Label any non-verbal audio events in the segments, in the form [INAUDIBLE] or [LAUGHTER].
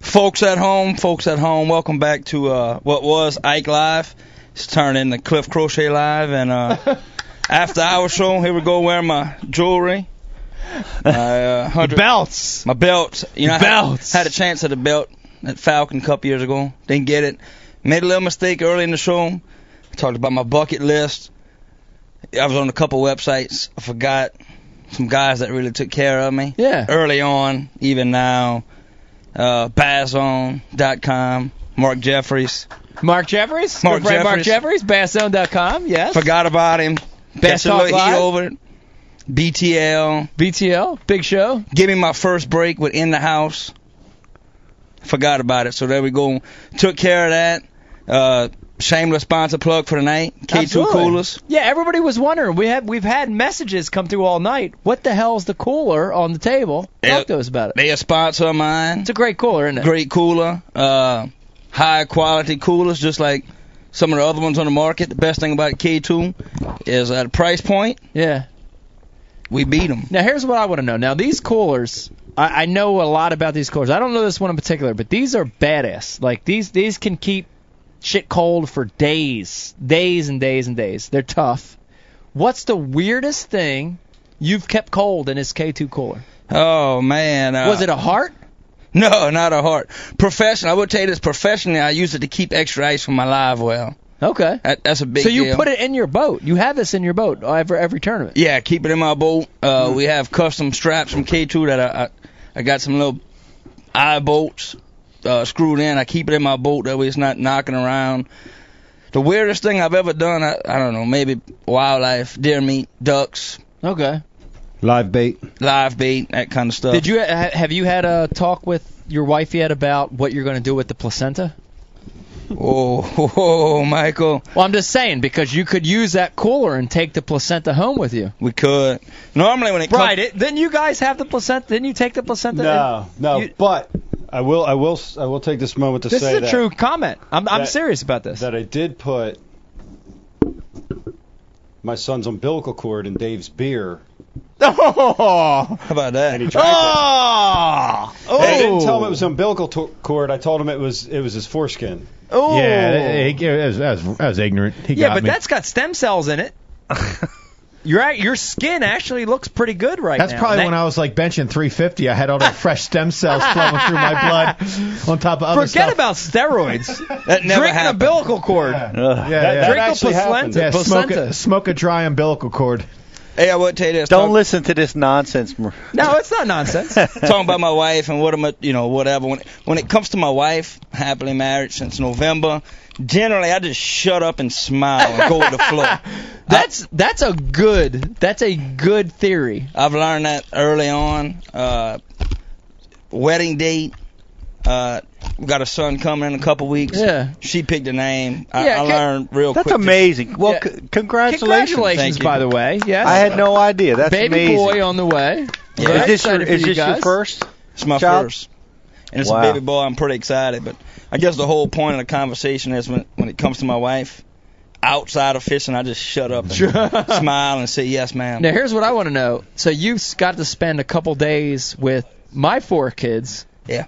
Folks at home, folks at home, welcome back to uh, what was Ike Live. It's turned into Cliff Crochet Live and uh, after hour show. Here we go wearing my jewelry. My, [LAUGHS] uh, hundred- Belts. my belt. You know, I had- Belts. Had, a chance at a belt at Falcon Cup years ago. Didn't get it. Made a little mistake early in the show. Talked about my bucket list. I was on a couple websites. I forgot some guys that really took care of me Yeah. early on, even now. Uh, Bazone.com. Mark Jeffries. Mark Jeffries. Mark Good friend Mark Jeffries. Jeffries. Basszone.com. Yes. Forgot about him. Best Got Talk your little heat Live? over it. BTL. BTL. Big show. Give me my first break with In the House. Forgot about it. So there we go. Took care of that. Uh, shameless sponsor plug for tonight. K2 Absolutely. Coolers. Yeah, everybody was wondering. We have we've had messages come through all night. What the hell's the cooler on the table? Yeah. Talk to us about it. They a sponsor of mine. It's a great cooler, isn't it? Great cooler. Uh, high quality coolers, just like some of the other ones on the market. The best thing about K2 is at a price point, Yeah. we beat them. Now here's what I want to know. Now these coolers, I, I know a lot about these coolers. I don't know this one in particular, but these are badass. Like these these can keep shit cold for days, days and days and days. They're tough. What's the weirdest thing you've kept cold in this K2 cooler? Oh, man. Uh, Was it a heart? No, not a heart. Professional. I would tell you this. Professionally, I use it to keep extra ice for my live well. Okay. That, that's a big So you deal. put it in your boat. You have this in your boat uh, every every tournament. Yeah, keep it in my boat. Uh, Mm-hmm. We have custom straps from K2 that I, I, I got some little eye bolts uh, screwed in. I keep it in my boat that way it's not knocking around. The weirdest thing I've ever done, I, I don't know, maybe wildlife, deer meat, ducks, Okay. Live bait. live bait, that kind of stuff. Did you ha- have you had a talk with your wife yet about what you're going to do with the placenta? Oh, [LAUGHS] whoa, Michael, Well, I'm just saying because you could use that cooler and take the placenta home with you. we could. Normally when it comes, Right. It, then you guys have the placenta. Then you take the placenta. No, no. You- but I will, I will, I will take this moment to This say is a that, true comment. I'm, I'm That- serious about this. that I did put my son's umbilical cord in Dave's beer. [LAUGHS] how oh. about that? And he tried Oh. to. Oh. I didn't tell him it was umbilical to- cord. I told him it was, it was his foreskin. Oh. Yeah, that- that- that was- that was- that was ignorant. He Yeah, got but me. that's got stem cells [LAUGHS] in it. Your act- your skin actually looks pretty good right That's now. probably That- when I was like benching 350. I had all the fresh stem cells flowing through my blood on top of other Forget stuff. about steroids. [LAUGHS] that never Drink an happened. umbilical cord. yeah, yeah. That Drink a actually happened. placenta. yeah, smoke placenta. a, smoke a dry umbilical cord. Hey, I would tell you this. Don't talk- listen to this nonsense. Mar- No, it's not [LAUGHS] nonsense. talking about my wife and what am I, you know, whatever. When when it comes to my wife, happily married since November, generally I just shut up and smile and go with the flow. [LAUGHS] That's that's a good that's a good theory. I've learned that early on. Uh, wedding date. Uh, we got a son coming in a couple weeks. Yeah. She picked a name. I, Yeah, I ca- learned real That's quick. amazing. Well, Yeah. c- congratulations. Congratulations, Thank you. by the way. Yes. I had no idea. That's baby amazing. boy on the way. Yeah. Very Is this your, excited for is you this your guys. first? It's my Child? first. And it's Wow. a baby boy. I'm pretty excited. But I guess the whole point of the conversation is when, when it comes to my wife, outside of fishing, I just shut up and [LAUGHS] smile and say, yes, ma'am. Now here's what I want to know. So you've got to spend a couple days with my four kids. Yeah.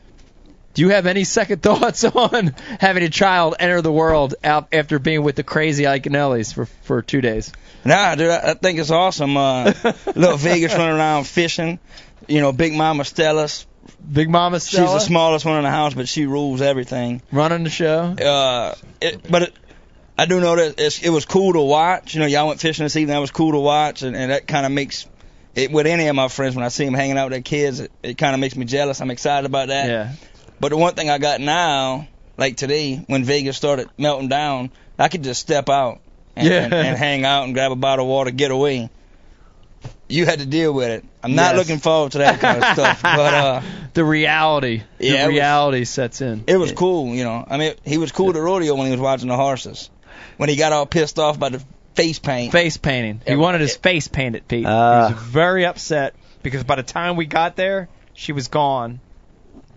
Do you have any second [LAUGHS] thoughts on having a child enter the world out after being with the crazy Iconellis for for two days? Nah, dude, I, I think it's awesome. [LAUGHS] Uh, little Vegas running around fishing. You know, Big Mama Stella's. Big Mama She's the Stella smallest one in the house, but she rules everything. running the show. Uh, it, but it, I do know that it's, it was cool to watch. You know, y'all went fishing this evening. That was cool to watch, and, and that kind of makes it with any of my friends when I see them hanging out with their kids. It, it kind of makes me jealous. I'm excited about that. Yeah. But the one thing I got now, like today, when Vegas started melting down, I could just step out and, Yeah. and, and hang out and grab a bottle of water, get away. You had to deal with it. I'm not Yes. looking forward to that kind of [LAUGHS] stuff, but uh, The reality. Yeah, it the was- reality sets in. it was cool, you know. I mean, he was cool to rodeo when he was watching the horses. When he got all pissed off by the face paint. face painting. He Yeah. wanted his face painted, Pete. Ah. he was very upset because by the time we got there, she was gone,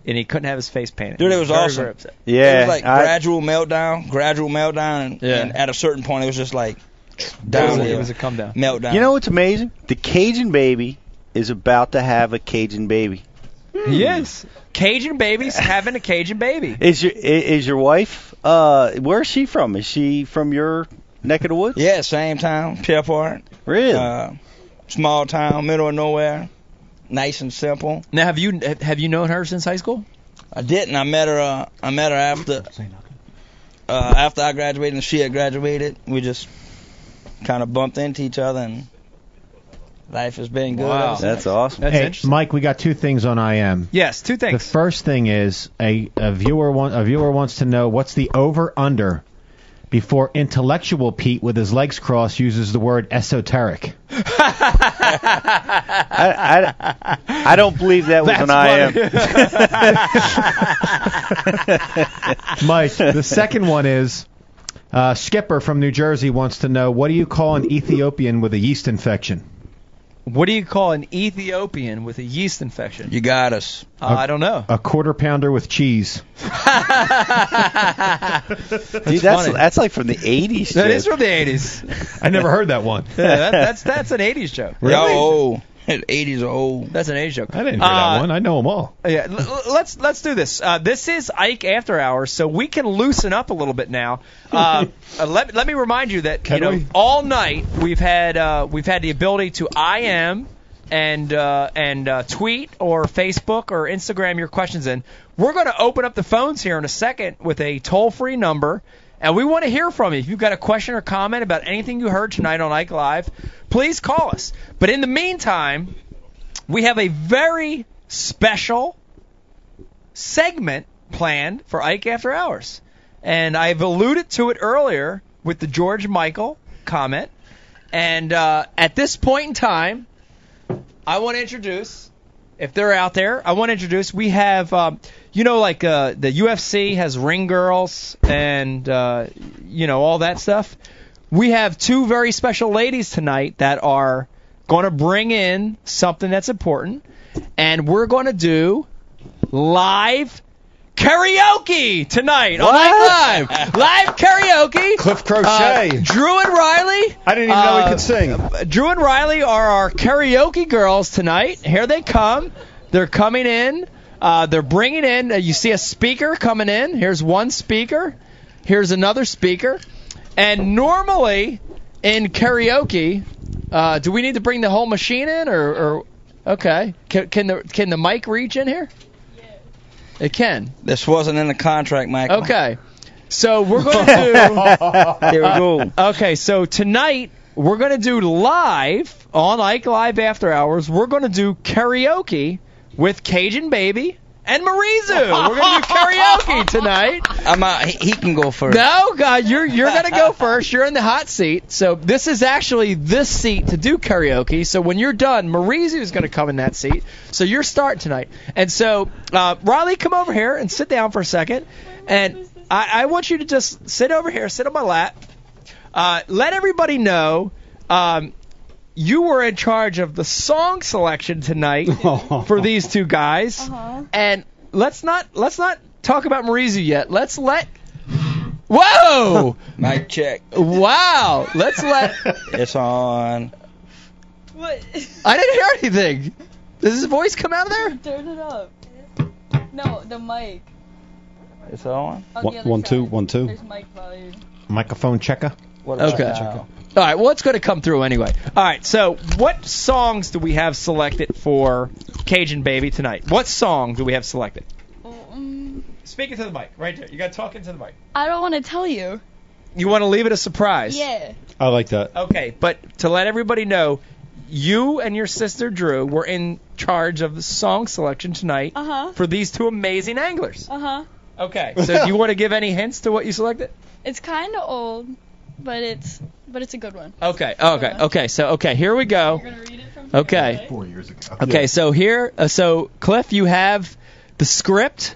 and he couldn't have his face painted. Dude, it He was very, awesome. very upset. It Yeah. was like I- gradual meltdown, gradual meltdown, and, Yeah. and at a certain point, it was just like It was, downhill, a, it was a come down. meltdown. you know what's amazing? The Cajun baby is about to have a Cajun baby. He is. Cajun [LAUGHS] babies having a Cajun baby. Is your i- is your wife? Uh, where is she from? Is she from your neck of the woods? Yeah, same town, Shefford. Really? Uh, small town, middle of nowhere. Nice and simple. Now, have you have you known her since high school? I didn't. I met her. Uh, I met her after uh, after I graduated and she had graduated. We just kind of bumped into each other and life has been good. Wow. ever since. That's awesome. That's hey, interesting. Mike, we got two things on IM. Yes, two The things. first thing is a, a viewer want, a viewer wants to know what's the over under before intellectual Pete with his legs crossed uses the word esoteric. I, I, I don't believe that was an IM. [LAUGHS] Mike, the second one is uh, Skipper from New Jersey wants to know what do you call an Ethiopian with a yeast infection? what do you call an Ethiopian with a yeast infection? You got us. Uh, I don't know. A quarter pounder with cheese. Dude, [LAUGHS] that's funny. that's like from the 80s. That Jeff. is from the 80s. [LAUGHS] I never heard that one. Yeah, that, that's that's an 80s joke. [LAUGHS] Y'all old. [LAUGHS] 80s are old. That's an 80s joke. I didn't hear Uh, that one. I know them all. Yeah, l- l- let's let's do this. Uh, this is Ike After Hours, so we can loosen up a little bit [LAUGHS] now. Uh, uh, let let me remind you that you Can know we? all night we've had uh, we've had the ability to IM and uh, and uh, tweet or Facebook or Instagram your questions in. We're going to open up the phones here in a second with a toll free number. And we want to hear from you. If you've got a question or comment about anything you heard tonight on Ike Live, please call us. But in the meantime, we have a very special segment planned for Ike After Hours. And I've alluded to it earlier with the George Michael comment. And uh, at this point in time, I want to introduce, if they're out there, I want to introduce, we have, um, you know, like uh, the UFC has ring girls and, uh, you know, all that stuff. We have two very special ladies tonight that are going to bring in something that's important. And we're going to do live karaoke tonight on Live Live. Live karaoke. Cliff Uh, Crochet. Drew and Riley. I didn't even know uh, he could sing. Drew and Riley are our karaoke girls tonight. Here they come. They're coming in. Uh, they're bringing in. Uh, you see a speaker coming in. Here's one speaker. Here's another speaker. And normally in karaoke, uh, do we need to bring the whole machine in or? or okay. Can, can the can the mic reach in here? It can. This wasn't in the contract, Michael. Okay. So [LAUGHS] we're going to do. Uh, Here we go. Okay, so tonight we're going to do live on Ike Live After Hours. We're going to do karaoke with Cajun Baby and Marizu. We're going to [LAUGHS] do karaoke tonight. I'm out. He, he can go first. No, God, you're you're going to go first. You're in the hot seat. So this is actually this seat to do karaoke. So when you're done, Marizu is going to come in that seat. So you're starting tonight. And so uh, Riley, come over here and sit down for a second. And I, I want you to just sit over here, sit on my lap. Uh, let everybody know um, you were in charge of the song selection tonight for these two guys. And let's not let's not talk about Marizu yet. Let's let Whoa! [LAUGHS] Mic check. wow! Let's let [LAUGHS] It's on. What? I didn't hear anything. Does his voice come out of there? [LAUGHS] Turn it up. No, the mic. It's on. On One- the other one, two, side. one, two. There's mic volume. Microphone checker. What a Okay. child. All right, well, it's going to come through anyway. All right, so what songs do we have selected for Cajun Baby tonight? What song do we have selected? Oh, um, Speaking to the mic, right there. You got to talk into the [LAUGHS] mic. I don't want to tell you. You want to leave it a surprise? Yeah. I like that. Okay, but to let everybody know, you and your sister Drew were in charge of the song selection tonight Uh-huh. Uh huh. for these two amazing [LAUGHS] anglers. Uh huh. Okay. So do [LAUGHS] you want to give any hints to what you selected? It's kind of old, but it's but it's a good [LAUGHS] one. Okay, okay, okay. So okay, here we go. You're gonna read it from here, Okay. right? years ago. Okay, so here, uh, so Cliff, you have the script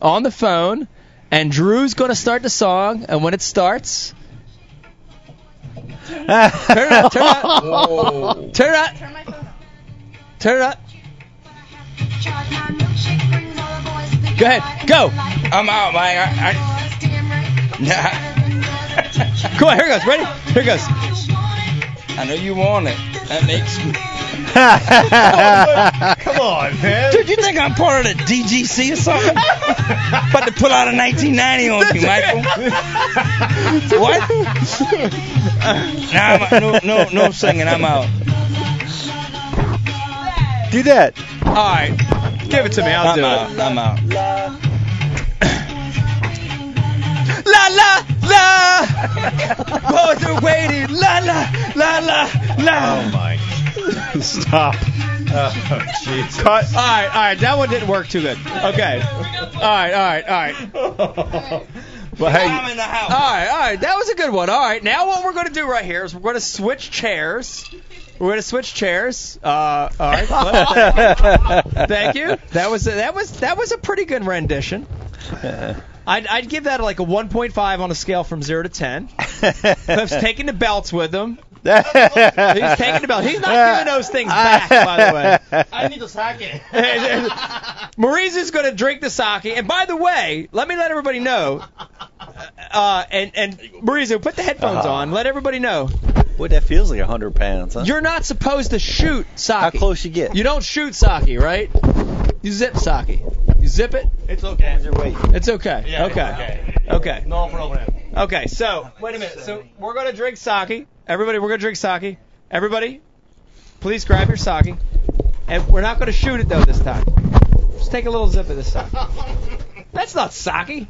on the phone, and Drew's gonna start the song, and when it [LAUGHS] starts, turn it up, turn it up, Whoa. turn it up, Turn my phone off. turn it up. Go ahead, go. I'm out, Mike. I, [LAUGHS] Come on, here it goes. Ready? Here it goes. [LAUGHS] I, I know you want it. That makes me. Come on, man. Dude, you think I'm part of the DGC or [LAUGHS] something? About to pull out a 1990 on you, [LAUGHS] Michael. what? nah, I'm, no, no, no singing. I'm out. Do that. All right. Give it to me. I'll I'm do out. it. I'm out. [COUGHS] La la la. [LAUGHS] Boys are waiting. La la la la la. Oh my. Stop. [LAUGHS] Oh, Jesus. Cut. All right, all right. That one didn't work too good. Okay. All right, all right, all right. Well, I'm hey, in the All house. right, all right. That was a good one. All right. Now what we're going to do right here is we're going to switch chairs. We're going to switch chairs. Uh, all right. Well, thank you. That was a, that was that was a pretty good rendition. I'd, I'd give that like a 1.5 on a scale from 0 to 10. [LAUGHS] Cliff's taking the belts with him. He's taking the belts. He's not giving those things back, by the way. [LAUGHS] I need to sack [LAUGHS] it. Maurice is going to drink the sake. And by the way, let me let everybody know. Uh, and and Marizu, put the headphones Uh-huh. on. Let everybody know [LAUGHS] Boy, that feels like a hundred pounds. Huh? you're not supposed to shoot sake. How close you get? You don't shoot sake, right? You zip sake. You zip it. It's okay. Your weight. It's okay. Yeah, it's okay. okay. Okay. No problem. Okay. So wait a minute. So we're gonna drink sake. Everybody, we're gonna drink sake. Everybody, please grab your sake. And we're not gonna shoot it though this time. Just take a little zip of [LAUGHS] this sake. That's not sake.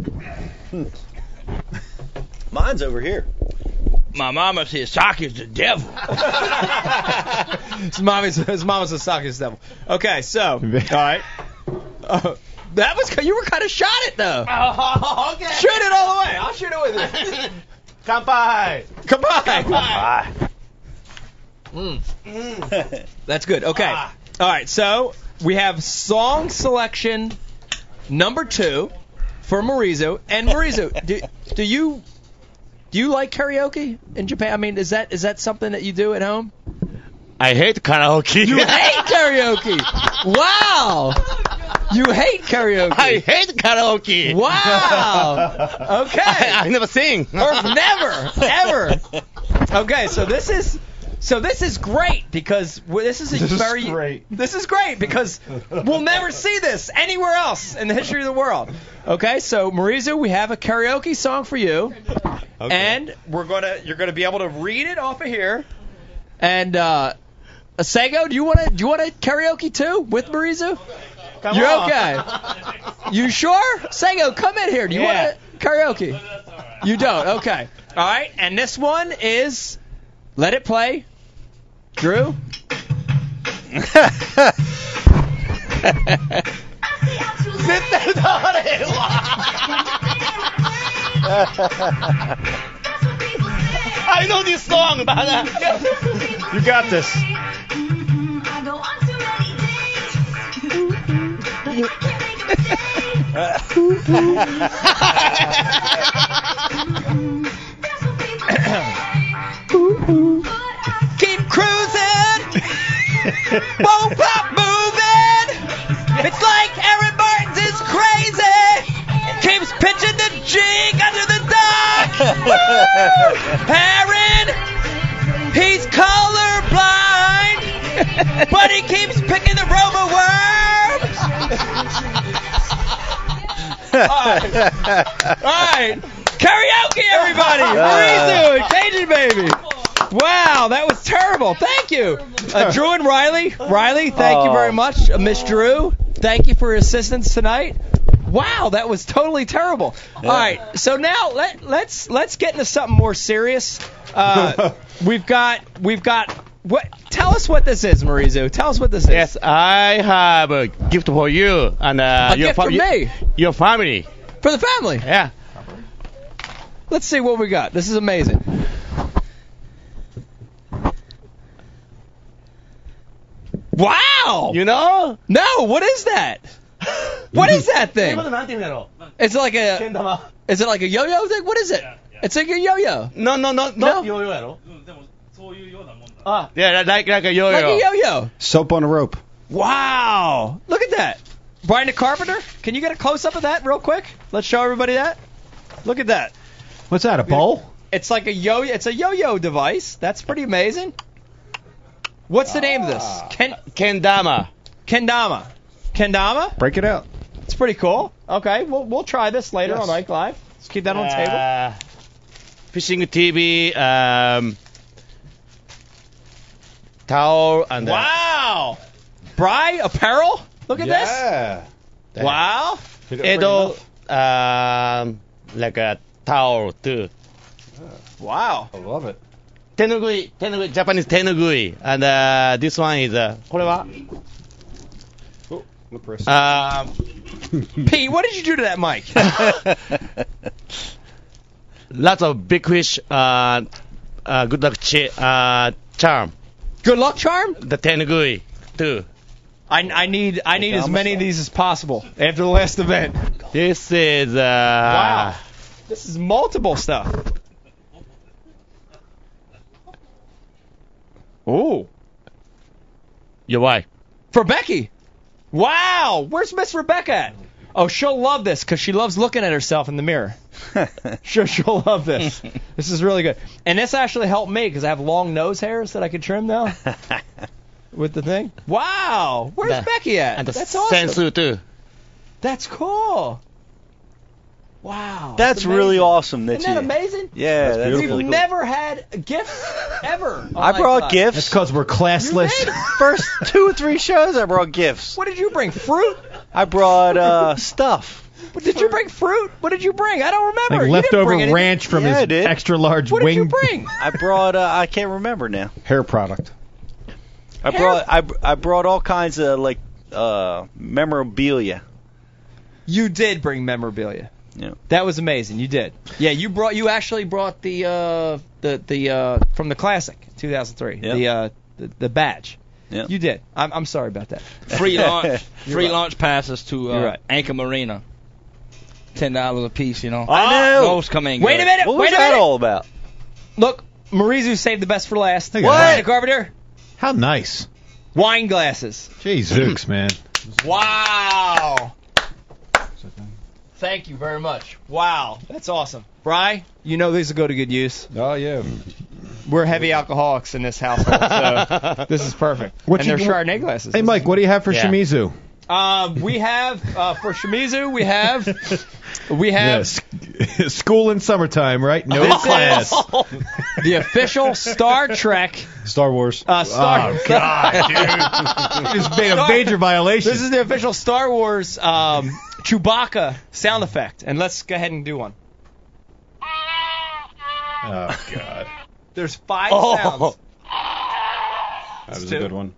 Mine's over here. My mama says sake is the devil. His mom is his mom is a sockiest devil. Okay, so [LAUGHS] all right. Uh, that was you were kind of shot it though. Oh, [LAUGHS] okay. Shoot it all the way. I'll shoot it with it. Kanpai. Come on. Ah. Hmm. Mm. That's good. Okay. All right. So we have song selection number two for Marizu. And Marizu, do, do you do you like karaoke in Japan? I mean, is that is that something that you do at home? I hate karaoke. [LAUGHS] You hate karaoke. Wow. You hate karaoke. I hate karaoke. [LAUGHS] Wow. I, I Okay. never sing. or never, ever. Okay, so this is so this is great because w- this is a is very great. this is great because we'll never see this anywhere else in the history of the world. Okay, so Marizu, we have a karaoke song for you, and we're gonna you're gonna be able to read it off of here. And uh, Sego, do you wanna do you wanna karaoke too with Marizu? Come You're on. [LAUGHS] okay. You sure? Sango, come in here. Do you Yeah. want to karaoke? You don't. Okay. All right. And this one is Let It Play. Drew? [LAUGHS] I know this song, but uh, you got this. Keep cruising. Won't pop moving. It's like Aaron Martin's is crazy. Keeps pitching the jig under the dock. Woo! Aaron, he's colorblind, but he keeps picking the Roma worms. All right, [LAUGHS] karaoke, everybody. Marizu and Cajun baby. Wow, that was terrible. Thank you, uh, Drew and Riley. Riley, thank you very much, uh, Miss Drew. Thank you for your assistance tonight. Wow, that was totally terrible. All right, so now let let's let's get into something more serious. Uh, we've got we've got what? Tell us what this is, Marizu. Tell us what this is. yes, I have a gift for you and uh, a your gift for fam- me, your family. for the family. Yeah. Let's see what we got. This is amazing. Wow! You know? No, what is that? What is that [LAUGHS] thing? なんて言うんだろう。 Is it like けん a 玉。 is it like a yo-yo thing? What is it? It's like a yo-yo. No, no, no, Ah. No. ヨー no. ヨーやろ。 Yeah, like like a Like yo-yo. a yo-yo. Soap on a rope. Wow! Look at that. Brian the Carpenter, can you get a close up of that real quick? Let's show everybody that. Look at that. What's that? A bowl? It's like a yo. It's a yo-yo device. That's pretty amazing. What's the name of this? Ken Kendama. Kendama. Kendama? Break it out. It's pretty cool. Okay, we'll we'll try this later on Ike Live. Let's keep that on the table. Uh, fishing TV, um, towel, and uh, Wow. Bry apparel? Look at yeah. this. Wow. Hit it Edo, right enough. um, like a towel too. Wow. I love it. Tenugui, tenugui, Japanese tenugui, and uh, this one is uh, これは Oh, look, Chris. uh, Um, Pete, what did you do to that mic? [LAUGHS] lots of big fish. Uh, uh, good luck chi- uh, charm. Good luck charm? The tenugui too. I, I need I need as many of these as possible after the last event. This is uh, Wow. [LAUGHS] This is multiple stuff. Ooh. your wife. For Becky. Wow. Where's Miss Rebecca at? Oh, she'll love this because she loves looking at herself in the [LAUGHS] mirror. Sure, she'll love this. this is really good. And this actually helped me because I have long nose hairs that I can trim [LAUGHS] now with the thing. Wow. Where's The- Becky at? And the That's awesome. sensu too. That's cool. Wow. That's really amazing. awesome that Isn't that you. amazing? Yeah, that's, We've really cool. never had gifts ever. on I brought Icebox. gifts. That's because we're classless. You did? First two or three shows, I brought gifts. What did you bring? Fruit? I [LAUGHS] brought uh, stuff. Did you bring fruit? What did you bring? I don't remember. Like You didn't leftover bring anything. ranch from Yeah, I his did. extra large What did wing. you bring? I brought. Uh, I can't remember now. Hair product. I brought. I, br- I brought all kinds of like uh, memorabilia. You did bring memorabilia. Yeah. That was amazing. You did. Yeah, you brought. You actually brought the uh, the the uh, from the classic 2003. Yeah. The, uh, the the badge. Yeah. You did. I'm, I'm sorry about that. [LAUGHS] Free launch, free right. launch passes to uh, You're right. Anchor Marina. Ten dollars a piece, you know. Ah, I know. Those come in. Wait good. a minute. What was wait a that minute. all about? Look, Marizu saved the best for last. Look at What? that. Carpenter. How nice. Wine glasses. [CLEARS THROAT] Jeez, Zooks, man. Wow. Thank you very much. Wow, that's awesome. Bry, you know these will go to good use. oh yeah. We're heavy alcoholics in this household, [LAUGHS] so this is perfect. What and you they're doing? Chardonnay glasses. Hey, Mike, what do you have for Yeah. Shimizu? [LAUGHS] Uh, we have uh, for Shimizu, we have we have Yes. School in summertime, right? No This is- class. [LAUGHS] the official Star Trek Star Wars. uh, Star. Oh, God, dude. [LAUGHS] you just made a major violation. This is the official Star Wars um, Chewbacca sound effect, and let's go ahead and do one. oh, God. There's Ah. five Oh. sounds. that was two. a good one.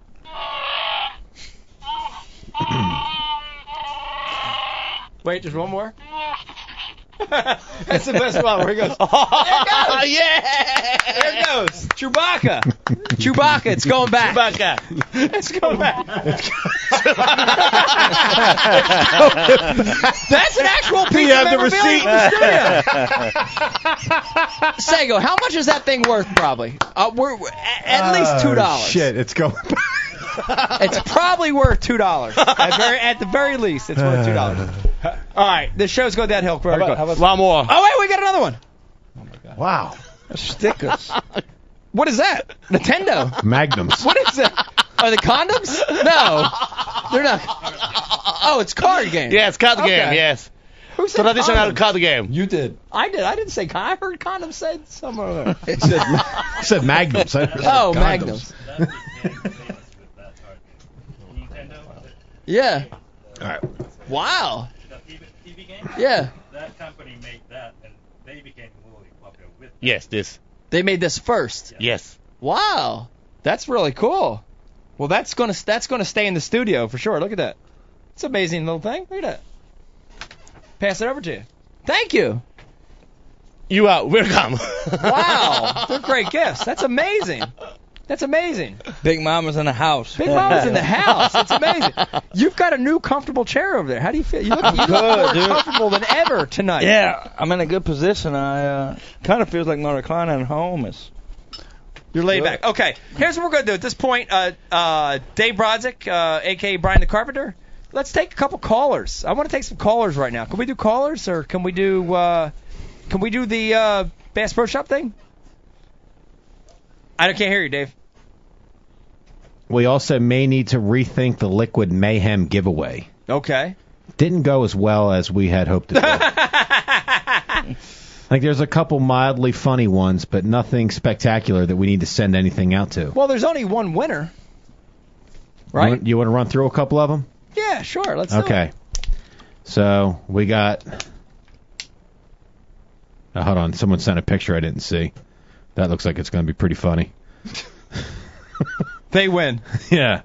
Wait, there's one more. [LAUGHS] That's the best one. Where he [LAUGHS] goes. there Oh, it goes. yeah. There it goes. Chewbacca. Chewbacca. It's going back. Chewbacca. It's going back. That's an actual piece have of the memorabilia in the studio. Sego, how much is that thing worth? Probably. Uh, we're we're- at, at least two dollars. Oh, Shit, it's going It's probably worth two dollars. At, very- at the very least, it's worth two [LAUGHS] dollars. Uh, All right, the show's going downhill. How One more. Oh wait, we got another one. Wow. Stickers. what is that? Nintendo. Magnums. What is that? Are the condoms? No, they're not. Oh, it's card game. Yes, card Okay. game. Yes, Who said traditional condoms? card game. You did. I did. I didn't say con. I heard condoms said somewhere. [LAUGHS] over there. I said [LAUGHS] Magnums. I oh, condoms. magnums. yeah. All right. Wow. TV game? Yeah. That company made that, and they became really popular with Yes, this. They made this first. Yes. Wow. That's really cool. Well, that's gonna that's gonna stay in the studio for sure. Look at that. It's an amazing little thing. Look at that. Pass it over to you. Thank you. You are [LAUGHS] welcome. Wow. They're great gifts. That's amazing. That's amazing. Big Mama's in the house. Big [LAUGHS] Mama's in the house. It's amazing. You've got a new comfortable chair over there. How do you feel? You look, you look more comfortable than ever tonight. Yeah, I'm in a good position. I uh, kind of feels like my recliner at home is. You're laid back. Okay. Here's what we're gonna do at this point. Uh, uh, Dave Brodzik, uh, aka Brian the Carpenter. Let's take a couple callers. I want to take some callers right now. Can we do callers or can we do uh, can we do the uh, Bass Pro Shop thing? I don't- can't hear you, Dave. We also may need to rethink the Liquid Mayhem giveaway. Okay. Didn't go as well as we had hoped it would. I [LAUGHS] think there's a couple mildly funny ones, but nothing spectacular that we need to send anything out to. Well, there's only one winner. You Right? want, you want to run through a couple of them? Yeah, sure. Let's do Okay. it. So we got. Uh, hold on, someone sent a picture I didn't see. That looks like it's going to be pretty funny. They [LAUGHS] win. yeah.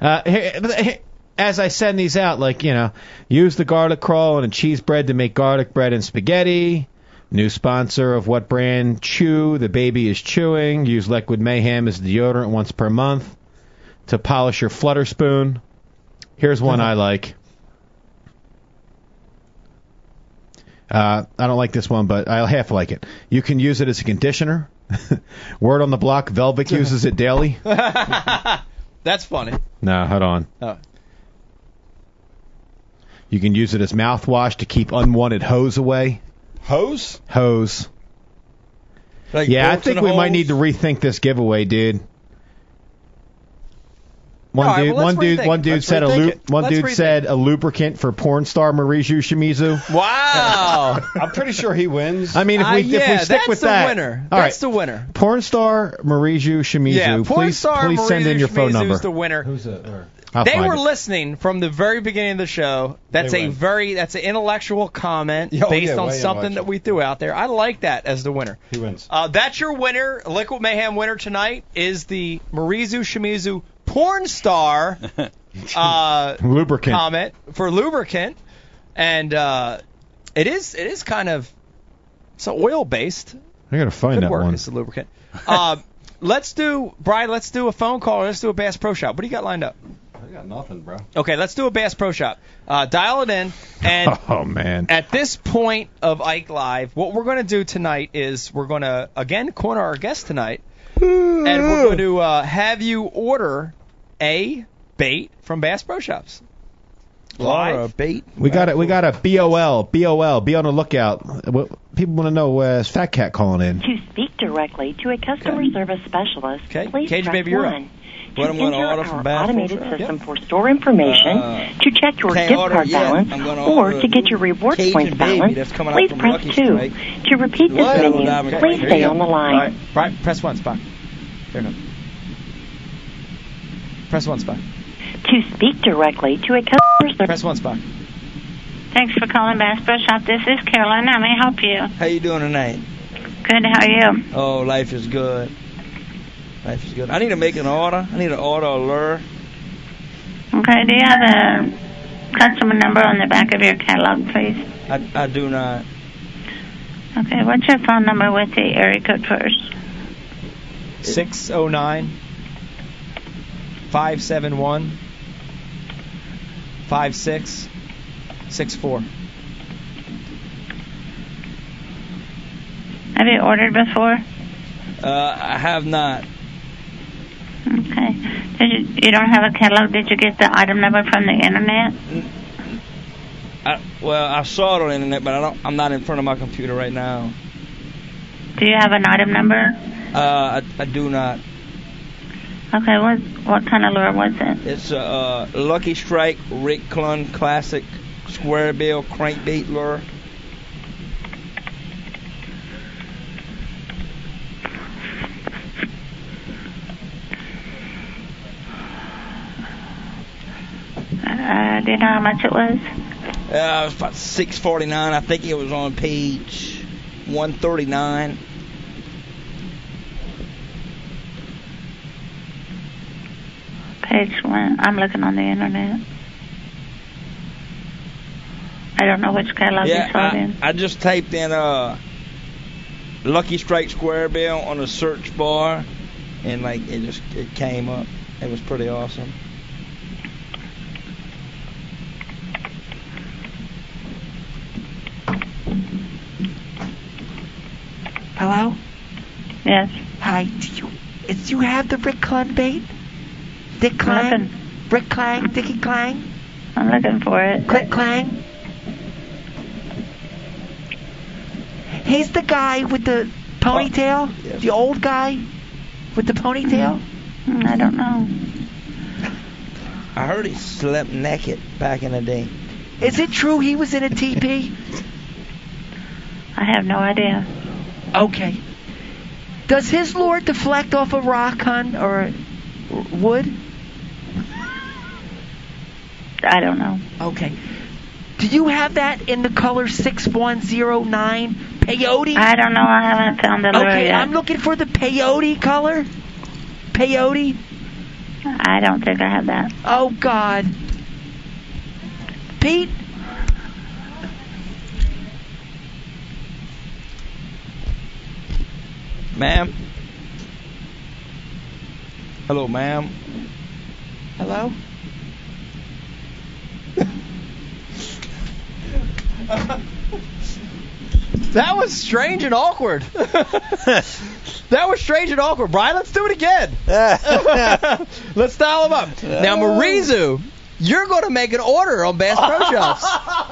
Uh, here- but here- as I send these out, like you know, use the garlic crawl and a cheese bread to make garlic bread and spaghetti. New sponsor of what brand? Chew. The baby is chewing. Use Liquid Mayhem as deodorant once per month to polish your flutter spoon. Here's one I like. Uh, I don't like this one, but I half like it. You can use it as a conditioner. [LAUGHS] Word on the block, [LAUGHS] Velvic uses it daily. [LAUGHS] That's funny. No, hold on. Oh. You can use it as mouthwash to keep unwanted hose away. Hose? Hose. Like Yeah, I bolts think and we might holes? need to rethink this giveaway, dude. One All right, dude, well, let's one dude, rethink one it. dude Let's said a rethink lu- it. one Let's dude rethink said a lubricant for porn star Mariju Shimizu. Wow. [LAUGHS] I'm pretty sure he wins. Ah, I mean, if we, Uh, if yeah, we stick that's with the that, winner. all that's right. the winner. porn star Mariju Shimizu, yeah, please, porn star please send in Marizu your phone Shimizu's number. the winner. I'll they find were it. listening from the very beginning of the show. That's They a were. very that's an intellectual comment Yeah, oh, based yeah, on way something that intellectual. we threw out there. I like that as the winner. he wins. Uh, that's your winner. Liquid Mayhem winner tonight is the Marizu Shimizu porn [LAUGHS] star uh, lubricant. comment for lubricant, and uh, it is it is kind of it's oil based. I gotta find Good that work, one. Mr. Lubricant. Uh, [LAUGHS] let's do Brian. Let's do a phone call. Or let's do a Bass Pro Shop. What do you got lined up? I got nothing, bro. Okay, let's do a Bass Pro Shop. Uh, dial it in. [LAUGHS] And Oh man. at this point of Ike Live, what we're going to do tonight is we're going to again corner our guest tonight, and we're going to uh, have you order a bait from Bass Pro Shops. Laura Live. bait. We got it. We got a bol bol. Be on the lookout. What- People want to know uh, is Fat Cat calling in? To speak directly to a customer service specialist, Okay. please Cage press Baby, you're up. one. What to I'm gonna enter order from our Bass automated Pro Shop? system for store information, Uh, to check your can't gift order card yet. balance, I'm gonna or order to get your rewards Cajun points Baby balance, that's coming out please from press Lucky's two. tonight. To repeat this What? menu, Diamond Cut. please Here stay you go. on the line. All right, Brian, press one spot. Here it comes. Press one spot. To speak directly to a customer service Press one spot. [LAUGHS] Thanks for calling Bass Pro Shop. This is Carolyn. How may I help you? How you doing tonight? Good. How are you? Oh, life is good. Life is good. I need to make an order. I need to order a lure. Okay. Do you have a customer number on the back of your catalog, please? I, I do not. Okay. What's your phone number with the area code first? 609 571 5664. Have you ordered before? Uh, I have not. Okay. Did you, you don't have a catalog? Did you get the item number from the internet? I, well, I saw it on the internet, but I don't. I'm not in front of my computer right now. Do you have an item number? Uh, I, I do not. Okay. What what kind of lure was it? It's a uh, Lucky Strike Rick Klun Classic Square Bill Crankbait Lure. Uh, do you know how much it was? Uh, it was about 6:49. I think it was on page 139. Page one. I'm looking on the internet. I don't know which catalog yeah, you saw it in. I, I just typed in uh, Lucky Strike Square Bill on the search bar, and like it just it came up. It was pretty awesome. Hello? Yes. Hi, do you, is you have the Rick Klein bait? Dick Klein? Nothing. Rick Klein? Dickie Klein? I'm looking for it. Click Klein? He's the guy with the ponytail? The old guy with the ponytail? Mm, I Mm-hmm. don't know. I heard he slept naked back in the day. Is it true he was in a teepee? I have no idea. Okay. Does his lure deflect off a rock, hun, or a- or wood? I don't know. Okay. Do you have that in the color 6109 peyote? I don't know. I haven't found the lure Okay, yet. I'm looking for the peyote color. Peyote? I don't think I have that. Oh, God. Pete? Ma'am? Hello, ma'am. Hello? That was strange [LAUGHS] and awkward. that was strange and awkward. Brian, let's do [LAUGHS] it again. let's dial him up. Now, Oh. Marizu, you're going to make an order on Bass Pro [LAUGHS] Shops.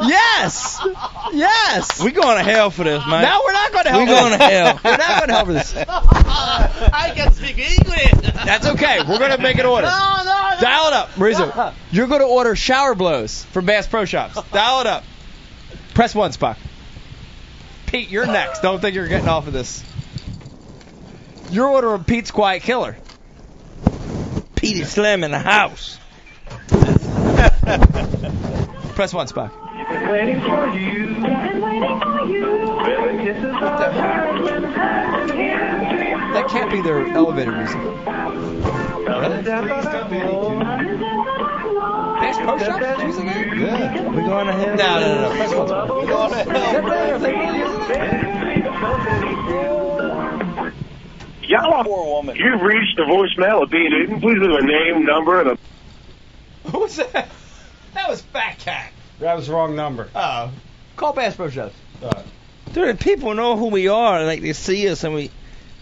yes. Yes. We going to hell for this, man. No, we're not going to hell. We for going this. to hell. [LAUGHS] We're not going to hell [LAUGHS] for this. [LAUGHS] I can speak English. That's okay. We're going to make an [LAUGHS] order. [LAUGHS] No, no, no. Dial it up, Marizu. You're going to order shower blows from Bass Pro Shops. Dial it up. Press one, Spock. Pete, you're next. Don't think you're getting off of this. You're ordering Pete's Quiet Killer. Petey Slim in the house. Press one, Spock. Waiting for you. Been waiting for you. Baby, kisses are That can't be their elevator music. Bass Pro Shops using that? Yeah. We're going to hell. No, no, no, no. Press one, Spock. Yellow. Poor woman. You've reached the voicemail of being Eden. Please leave a name, number, [LAUGHS] and a [LAUGHS] Who was that? That was Fat Cat. That was the wrong number. Oh. Call Bass Pro Shops. Dude, the people know who we are. Like they see us and we,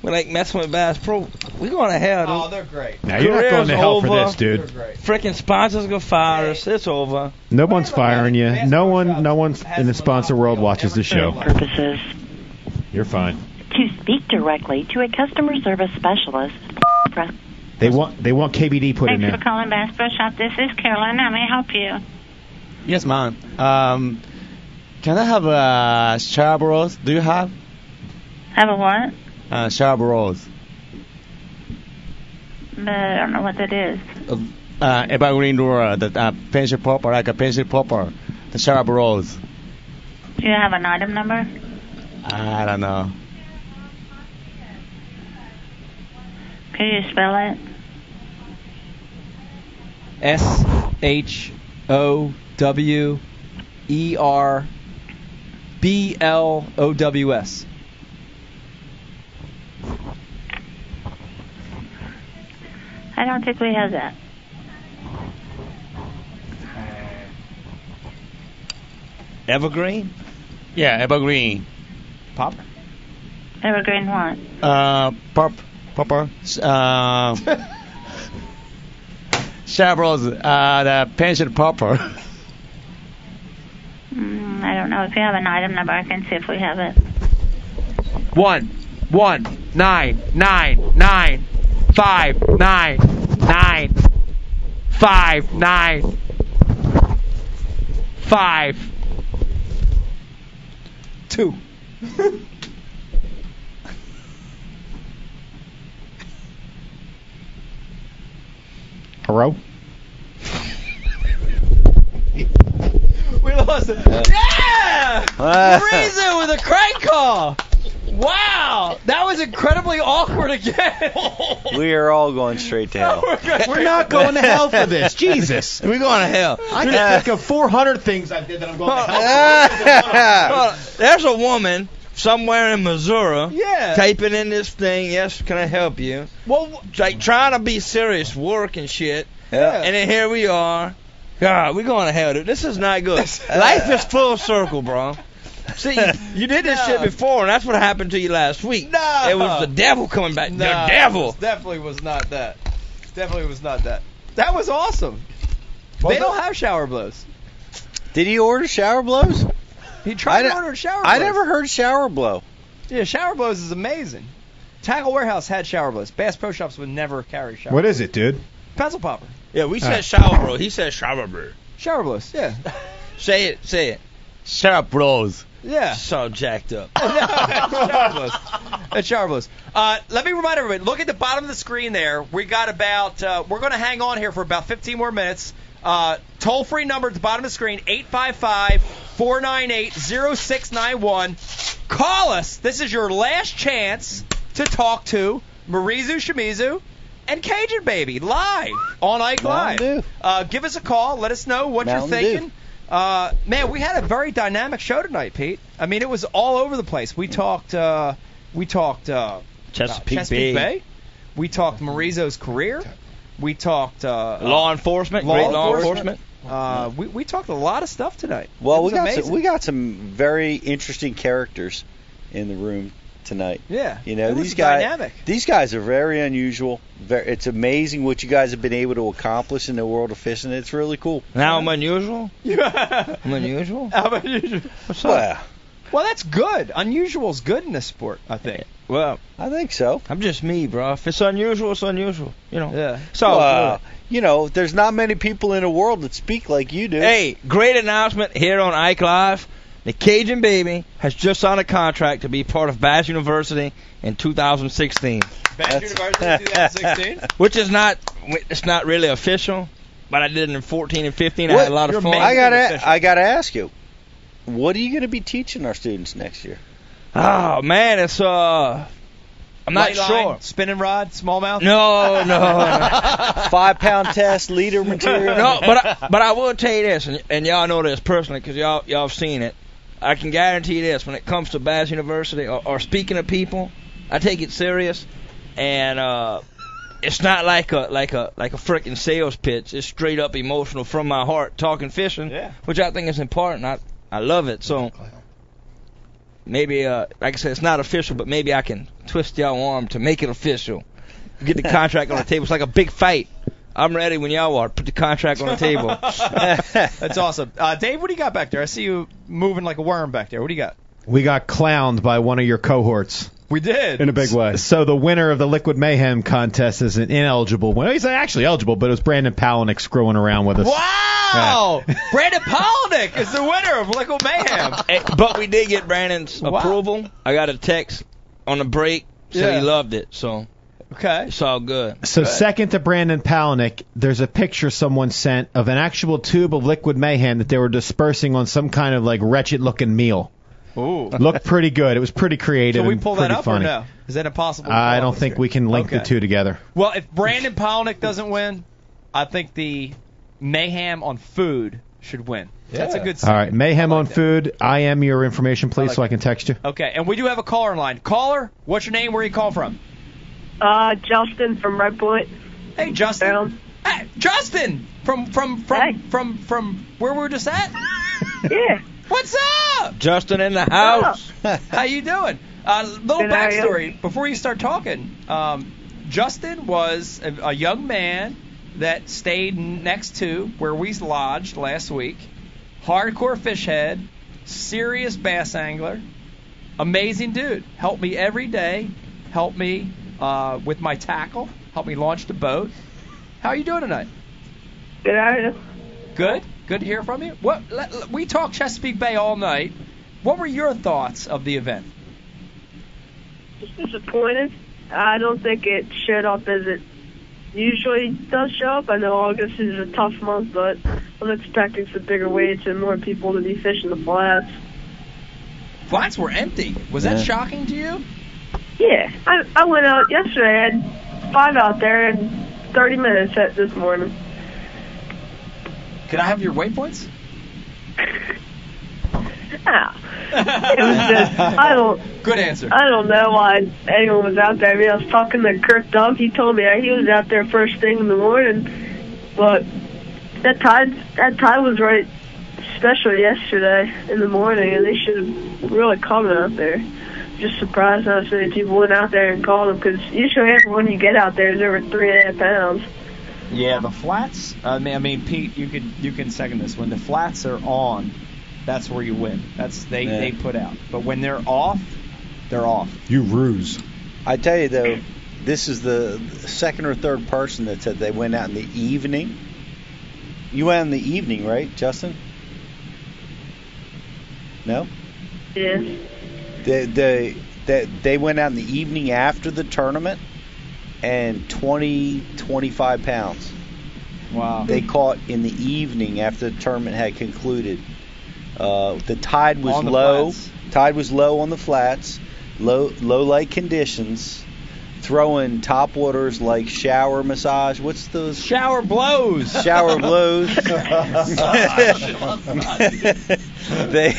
we like messing with Bass Pro. We're going to hell. Oh, dude. they're great. Now you're not going Career's to hell for over. this, dude. Freaking sponsors gonna fire us. It's over. No one's firing you. No one, no one in the sponsor world watches the show. Purposes. You're fine. To speak directly to a customer service specialist, press They want, they want KBD put in Thanks there. for calling Bass Pro Shop. This is Carolyn. How may I help you? Yes, ma'am. Um, can I have uh, sharp rolls? Do you have Have a what? uh, sharp rolls? But I don't know what that is. Uh, evergreen roll, the uh, pencil popper, like a pencil popper, the sharp rolls. Do you have an item number? I don't know. Could you spell it? S H O W E R B L O W S. I don't think we have that. Evergreen. Yeah, evergreen. Popper. Evergreen what? Uh, pop, popper. s- [LAUGHS] Uh, sharp rolls, uh, the pencil popper. Mm, I don't know. If you have an item number, I can see if we have it. One, one, nine, nine, nine, five, nine, nine, five, nine, five. [LAUGHS] Two. Hello? We lost it. Yeah! Ah. Marizu with a crank call. Wow, that was incredibly awkward again. [LAUGHS] We are all going straight to hell. We're not going to hell for [LAUGHS] this. Jesus. We're going to hell. I can think of 400 things I did that [LAUGHS] I'm going to hell [LAUGHS] Well, There's a woman somewhere in Missouri Yeah. typing in this thing. Yes, can I help you? Well, Like trying to be serious, work and shit. Yeah. And then here we are. God, we're going to hell. Dude. This is not [LAUGHS] good. Life is full circle, bro. See, you did this shit before, and that's what happened to you last week. No. It was the devil coming back. Nah, the devil. this definitely was not that. Definitely was not that. That was awesome. they don't have shower blows. Did he order shower blows? He tried I to ne- order shower blows. I never heard shower blow. Yeah, shower blows is amazing. Tackle Warehouse had shower blows. Bass Pro Shops would never carry shower. What is it, dude? Pencil popper. Yeah, we said Alright. shower bro. He said shower bro. Shower bros. Yeah. Say it. Say it. Shower bros. Yeah. So jacked up. [LAUGHS] It's Charbles. Uh, let me remind everybody. Look at the bottom of the screen there. We got about. Uh, we're going to hang on here for about 15 more minutes. Uh, toll free number at the bottom of the screen 855-498-0691. Call us. This is your last chance to talk to Marizu Shimizu and Cajun Baby live on Ike Live. Mountain Uh, give us a call. Let us know what Mountain you're Dew. thinking. Uh, man, we had a very dynamic show tonight, Pete. I mean, it was all over the place. We talked. Uh, we talked. Uh, Chesapeake uh, Chesapeake Bay. Bay. We talked Marizo's career. We talked uh, Law enforcement, great law enforcement. Uh, we, we talked a lot of stuff tonight. It Well, we was got amazing. some, we got some very interesting characters in the room tonight. Yeah, You know it was these guys. dynamic. These guys are very unusual. Very, it's amazing what you guys have been able to accomplish in the world of fishing. It's really cool. Now I'm [LAUGHS] unusual. I'm unusual. How about you? What's up? Well, that's good. Unusual's good in this sport, I think. Well, I think so. I'm just me, bro. If it's unusual, it's unusual. You know. Yeah. So uh, uh, Well, you know, there's not many people in the world that speak like you do. Hey, great announcement here on Ike Live. The Cajun Baby has just signed a contract to be part of Bass University in [LAUGHS] 2016, Bass University 2016. which is not it's not really official, but I did it in 14 and 15. I What- had a lot of fun. I gotta, I gotta ask you, what are you gonna be teaching our students next year? Oh man, it's uh, I'm not Light line, sure. spinning rod, smallmouth. No, no, [LAUGHS] Five pound test, leader [LAUGHS] material. no, but I, but I will tell you this, and, and y'all know this personally because y'all y'all have seen it. I can guarantee you this: when it comes to Bass University or, or speaking to people, I take it serious, and uh, it's not like a like a like a freaking sales pitch. It's straight up emotional from my heart, talking fishing, Yeah. which I think is important. I I love it so. Maybe, uh, like I said, it's not official, but maybe I can twist y'all arm to make it official. Get the contract on the table. It's like a big fight. I'm ready when y'all are. Put the contract on the table. [LAUGHS] That's awesome. Uh, Dave, what do you got back there? I see you moving like a worm back there. What do you got? We got clowned by one of your cohorts. We did. In a big way. So the winner of the Liquid Mayhem contest is an ineligible winner. He's actually eligible, but it was Brandon Palinick screwing around with us. Wow! [LAUGHS] Brandon Polnick is the winner of Liquid Mayhem. Eh, but we did get Brandon's approval. I got a text on the break. Said Yeah. he loved it. So okay, it's all good. So second to Brandon Palinick, there's a picture someone sent of an actual tube of Liquid Mayhem that they were dispersing on some kind of like wretched looking meal. Ooh. Looked pretty good. It was pretty creative. Can we and pull that pretty up funny. or no? Is that impossible? to I pull don't up? think we can link the Okay. two together. Well, if Brandon Polnick doesn't win, I think the Mayhem on food should win. That's a good. All right, mayhem on food. I am your information, please, so I can text you. Okay, and we do have a caller in line. Caller, what's your name? Where you call from? Uh, Justin from Red Bullet. Hey, Justin. Hey, Justin from from from from from where we were just at. yeah. What's up? Justin in the house. [LAUGHS] How you doing? Uh, little Good, how are you? backstory before you start talking. Um, Justin was a, a young man that stayed next to where we lodged last week. Hardcore fish head, serious bass angler, amazing dude. Helped me every day. Helped me uh, with my tackle. Helped me launch the boat. How are you doing tonight? Good. How are you? Good. Good to hear from you. What let, let- we talked Chesapeake Bay all night. What were your thoughts of the event? Just disappointed. I don't think it showed up as it usually does show up. I know August is a tough month, but I'm expecting some bigger weights and more people to be fishing the flats. Flats were empty. Was that Yeah. shocking to you? Yeah. I I went out yesterday. I had five out there in 30 minutes at this morning. Can I have your waypoints? Ah. It was just I don't. Good answer. I don't know why anyone was out there. I mean, I was talking to Kirk Dove. He told me he was out there first thing in the morning. But that tide, that tide was right, especially yesterday in the morning, and they should have really come out there. Just surprised how so many people went out there and called them because usually everyone you get out there is over three and a half pounds. Yeah, the flats. I mean, I mean, Pete, you could you can second this. When the flats are on, that's where you win. That's they Yeah. they put out. But when they're off, they're off. You ruse. I tell you though, This is the second or third person that said they went out in the evening. You went out in the evening, right, Justin? No. Yeah. They they they, they went out in the evening after the tournament, and 20, 25 pounds. Wow. They caught in the evening after the tournament had concluded. Uh, the tide was On the low. flats. Tide was low on the flats. Low low light conditions. Throwing top waters like shower massage. What's those? Shower blows. [LAUGHS] Shower blows. [LAUGHS] they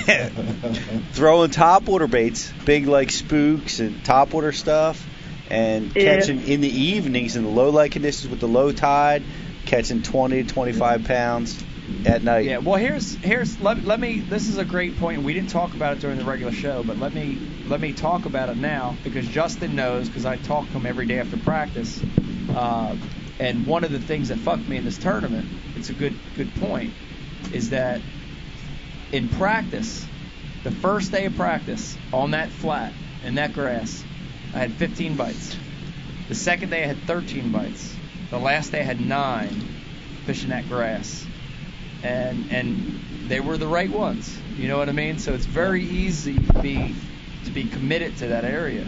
throwing topwater baits, big like spooks and topwater stuff, and Yeah. catching in the evenings in the low light conditions with the low tide, catching 20 to 25 pounds at night. [LAUGHS] Yeah, well, here's here's let, let me. This is a great point. We didn't talk about it during the regular show, but let me let me talk about it now because Justin knows because I talk to him every day after practice. Uh, and one of the things that fucked me in this tournament, it's a good good point, is that in practice, the first day of practice on that flat in that grass, I had 15 bites. The second day I had 13 bites. The last day I had nine fishing that grass and and they were the right ones. You know what I mean? So it's very easy to be to be committed to that area,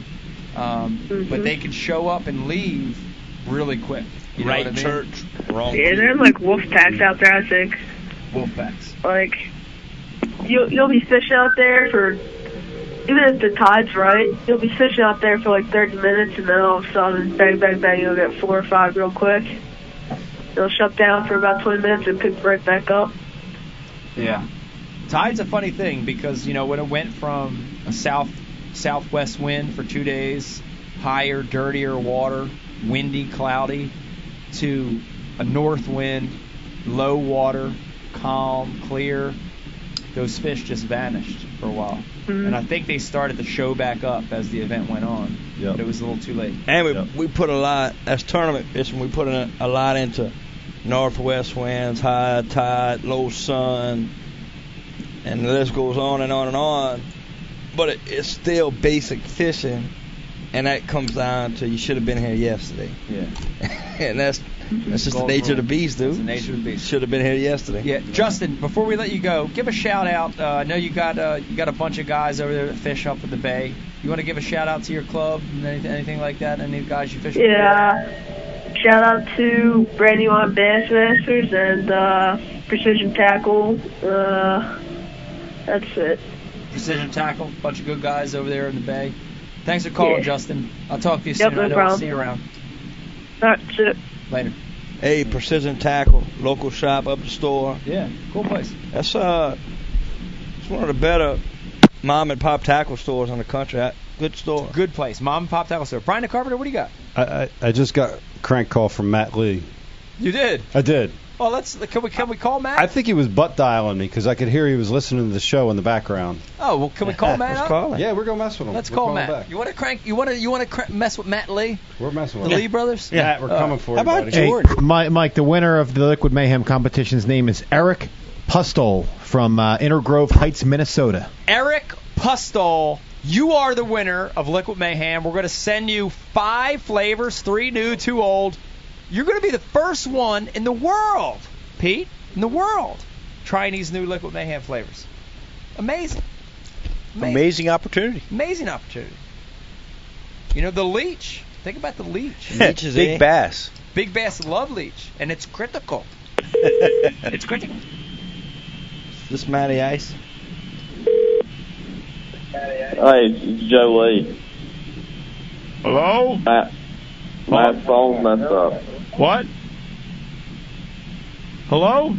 um, but they can show up and leave really quick. You know Right what I mean? church, wrong Yeah, there are like wolf packs out there. I think wolf packs. like you you'll be fishing out there for even if the tide's right, you'll be fishing out there for like 30 minutes, and then all of a sudden, bang bang bang, you'll get four or five real quick. They'll shut down for about 20 minutes and pick right back up. Yeah. Tide's a funny thing because you know when it went from a south southwest wind for two days, higher, dirtier water, windy, cloudy, to a north wind, low water, calm, clear, those fish just vanished for a while. And I think they started to show back up as the event went on, but it was a little too late. And we we put a lot as tournament fishing. We put a, a lot into northwest winds, high tide, low sun, and the list goes on and on and on. But it, it's still basic fishing, and that comes down to you should have been here yesterday. Yeah. [LAUGHS] and that's that's just the Golden nature of the rule. beast, dude. It's the nature of the beast. Should have been here yesterday. Yeah, Justin. Before we let you go, give a shout out. Uh, I know you got uh, you got a bunch of guys over there that fish up at the bay. You want to give a shout out to your club and anything, anything like that? Any guys you fish with? Yeah. Shout out to Brandywine Bassmasters and uh, Precision Tackle. Uh, that's it. Precision Tackle, bunch of good guys over there in the bay. Thanks for calling, Yeah. Justin. I'll talk to you Yep, soon. no I know I'll problem. see you around. All right, shit. Later. Hey, Precision Tackle, local shop up the store. Yeah, cool place. That's uh, it's one of the better mom and pop tackle stores in the country. I- Good store. Good place. Mom and pop tackle store. Brian the Carpenter, what do you got? I, I, I just got crank call from Matt Lee. You did. I did. Well, Oh, let's. Can we can we call Matt? I think he was butt dialing me because I could hear he was listening to the show in the background. oh, well, can we call Matt? up? Yeah, we're gonna mess with him. Let's We're call calling Matt. back. You want to crank? You want to you want to cr- mess with Matt Lee? We're messing The with Lee him. brothers? Yeah. Matt, we're Uh, coming for you. how about buddy. Hey, Mi- Mike, the winner of the Liquid Mayhem competition's name is Eric Pustol from uh, Inner Grove Heights, Minnesota. Eric Pustol, you are the winner of Liquid Mayhem. We're going to send you five flavors, three new, two old. You're going to be the first one in the world, Pete, in the world, trying these new Liquid Mayhem flavors. Amazing. Amazing. Amazing opportunity. Amazing opportunity. You know, the leech. Think about the leech. [LAUGHS] Big eh? bass. Big Bass love leech, and it's [LAUGHS] critical. it's critical. This Matty Ice. Hey, it's Joe Lee. Hello? My, my phone messed up. What? Hello?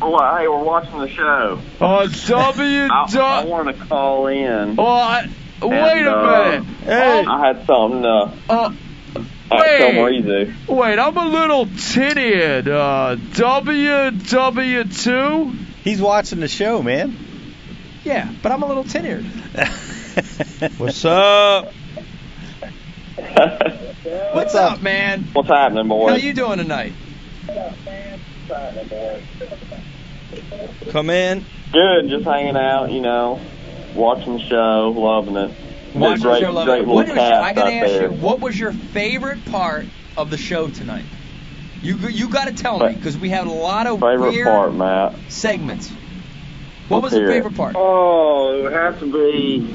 Oh, hey, we're watching the show. Uh, W. I, I want to call in. Oh, I- And, wait a uh, minute. Hey. I had something. Uh, Uh, uh, don't wait. worry, you do. Wait, I'm a little titty-ed. Uh, WW2? He's watching the show, man. Yeah, but I'm a little tenured. [LAUGHS] What's up? What's, up, man? What's happening, boy? How you doing tonight? Come in. Good, just hanging out, you know, watching the show, loving it. Watch the great- show, love great it. What little is your, I cast gotta out ask there. you, what was your favorite part of the show tonight? You you gotta tell me because we had a lot of Favorite weird part, Matt. segments. What was Let's the hear it. favorite part? Oh, it would have to be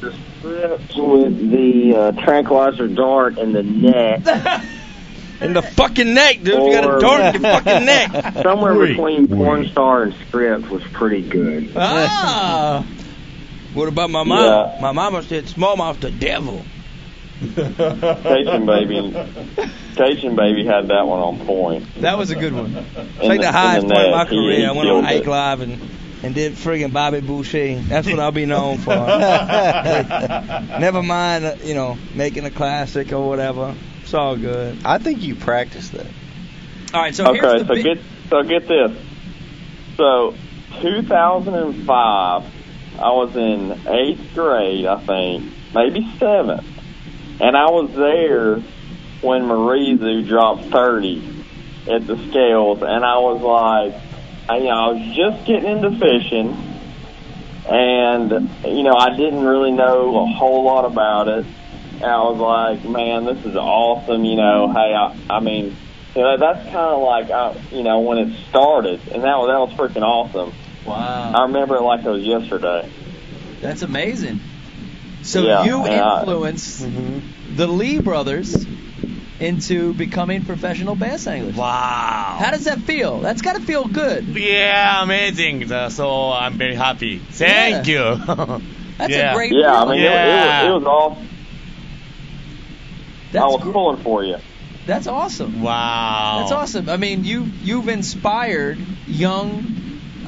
the strips with the uh, tranquilizer dart in [LAUGHS] the neck. In the fucking neck, dude. You got a dart in your fucking [LAUGHS] neck. Somewhere between porn star and script was pretty good. Ah. [LAUGHS] What about my mom? My mama said, "Smallmouth the devil." Cajun baby, Cajun baby had that one on point. That was a good one. It's like the, highest point of my E career. I went on Ike Ike Live and, and did friggin' Bobby Boucher. That's what I'll be known [LAUGHS] for. Never mind, uh, you know, making a classic or whatever. It's all good. I think you practiced that. All right, okay, so get so get this. So, 2005, I was in eighth grade, I think, maybe seventh, and I was there when Marizu dropped 30 at the scales, and I was like, I, you know, I was just getting into fishing, and you know, I didn't really know a whole lot about it. And I was like, man, this is awesome. You know, hey, I, I mean, you know, that's kind of like, I, you know, when it started, and that was that was freaking awesome. Wow. I remember it like it was yesterday. That's amazing. So Yeah, you and I- Mm-hmm. influenced the Lee brothers into becoming professional bass anglers. Wow. How does that feel? That's got to feel good. [LAUGHS] Yeah, amazing. Uh, So I'm very happy. [LAUGHS] Thank you. That's a yeah. great Yeah, I mean, it- Yeah. It, was, it was awesome. I was pulling for you. That's awesome. Wow. That's awesome. I mean, you you've inspired young,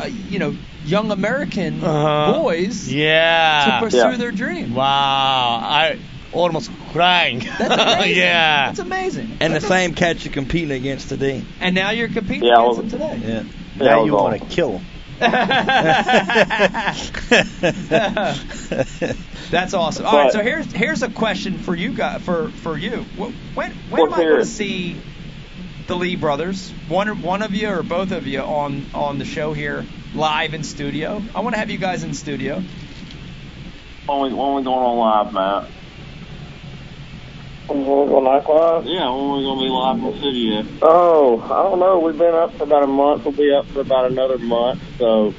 uh, you know, young American Uh-huh. boys Yeah. to pursue their dream. Wow. I almost [LAUGHS] crying. [LAUGHS] yeah. That's amazing. And the That's same cats you're competing against today. a- and now you're competing Yeah, I against was- them today. Yeah. Now you want to kill him. [LAUGHS] [LAUGHS] That's awesome. All right, But- so here's here's a question for you guys for for you. Wh- When when Let's am I hear going it. to see the Lee brothers, one or- one of you or both of you on on the show here live in studio? I want to have you guys in studio. When we, when we going on live, Matt? When we're going live, live? Yeah, when we gonna be live in the studio? Oh, I don't know. We've been up for about a month. We'll be up for about another month. So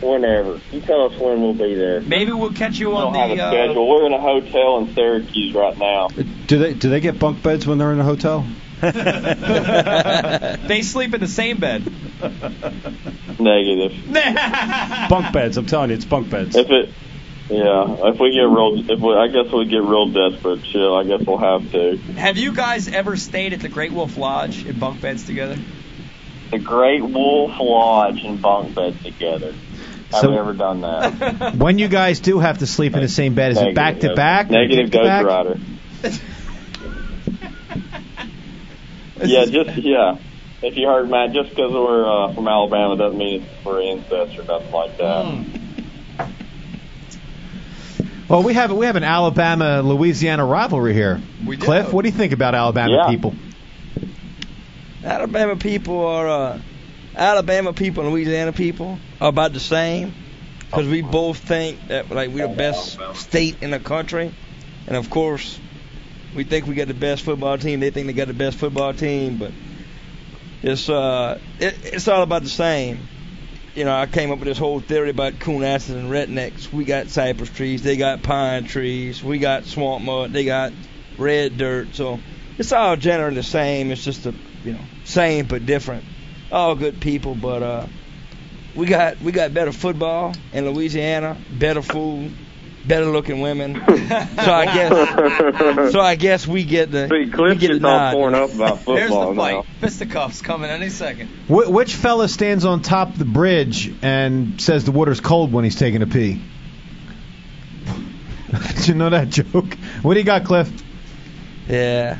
whenever you tell us when we'll be there. Maybe we'll uh, catch you on the have a schedule. We're in a hotel in Syracuse right now. Do they do they get bunk beds when they're in a hotel? [LAUGHS] They sleep in the same bed. [LAUGHS] Negative. bunk beds. I'm telling you, it's bunk beds. If it, yeah, if we get real, if we, I guess we get real desperate, shit, I guess we'll have to. Have you guys ever stayed at the Great Wolf Lodge in bunk beds together? The Great Wolf Lodge and bunk bed together. I've So- never done [LAUGHS] that. When you guys do have to sleep in the same bed, is it back to back? Negative Dick to Ghost back? Rider. [LAUGHS] yeah, just yeah. If you heard Matt, just because we're uh, from Alabama doesn't mean we're incest or nothing like that. Well, we have we have an Alabama Louisiana rivalry here. We do. Cliff, what do you think about Alabama Yeah. people? Alabama people are uh, Alabama people and Louisiana people are about the same because we both think that like we're the best state in the country, and of course we think we got the best football team. They think they got the best football team, but it's uh it, it's all about the same. You know, I came up with this whole theory about coon asses and rednecks. We got cypress trees, they got pine trees, we got swamp mud, they got red dirt. So it's all generally the same. It's just the you know same but different. All good people, but uh, we got we got better football in Louisiana, better food, better looking [LAUGHS] women. so I [LAUGHS] guess so I guess we get the See, we Cliff get the gets all nod. torn up [LAUGHS] about There's football the fight. now. Fisticuffs coming any second. Wh- which fella stands on top of the bridge and says the water's cold when he's taking a pee? [LAUGHS] Did you know that joke? What do you got, Cliff? Yeah.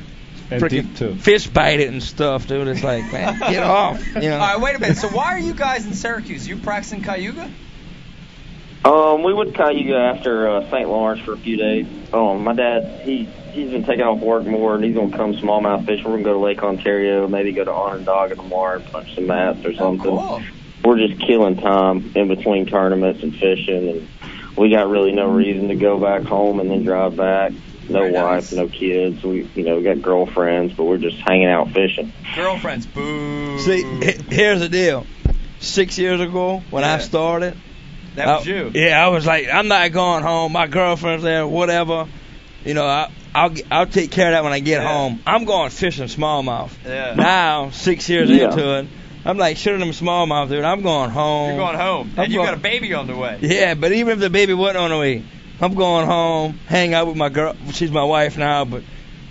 And Frickin' deep, too. Fish bite it and stuff, dude. It's like, [LAUGHS] man, get off. You know. All right, wait a minute. So why are you guys in Syracuse? You practicing Cayuga? Um, we would Cayuga after uh, St. Lawrence for a few days. Um, my dad, he he's been taking off work more, and he's gonna come smallmouth fishing. We're gonna go to Lake Ontario, maybe go to Onondaga tomorrow and punch some mats or something. Cool. We're just killing time in between tournaments and fishing, and we got really no reason to go back home and then drive back. No wife, no kids. We, you know, we got girlfriends, but we're just hanging out fishing. Girlfriends, boo. See, he- here's the deal. Six years ago, when I started, That I- was you. Yeah, I was like, I'm not going home. My girlfriend's there, whatever. You know, I, I'll g- I'll take care of that when I get home. I'm going fishing smallmouth. Yeah. Now, six years Yeah. into it, I'm like, shooting them smallmouth, dude. I'm going home. You're going home, I'm and you going- got a baby on the way. Yeah, but even if the baby wasn't on the way, I'm going home, hang out with my girl. She's my wife now, but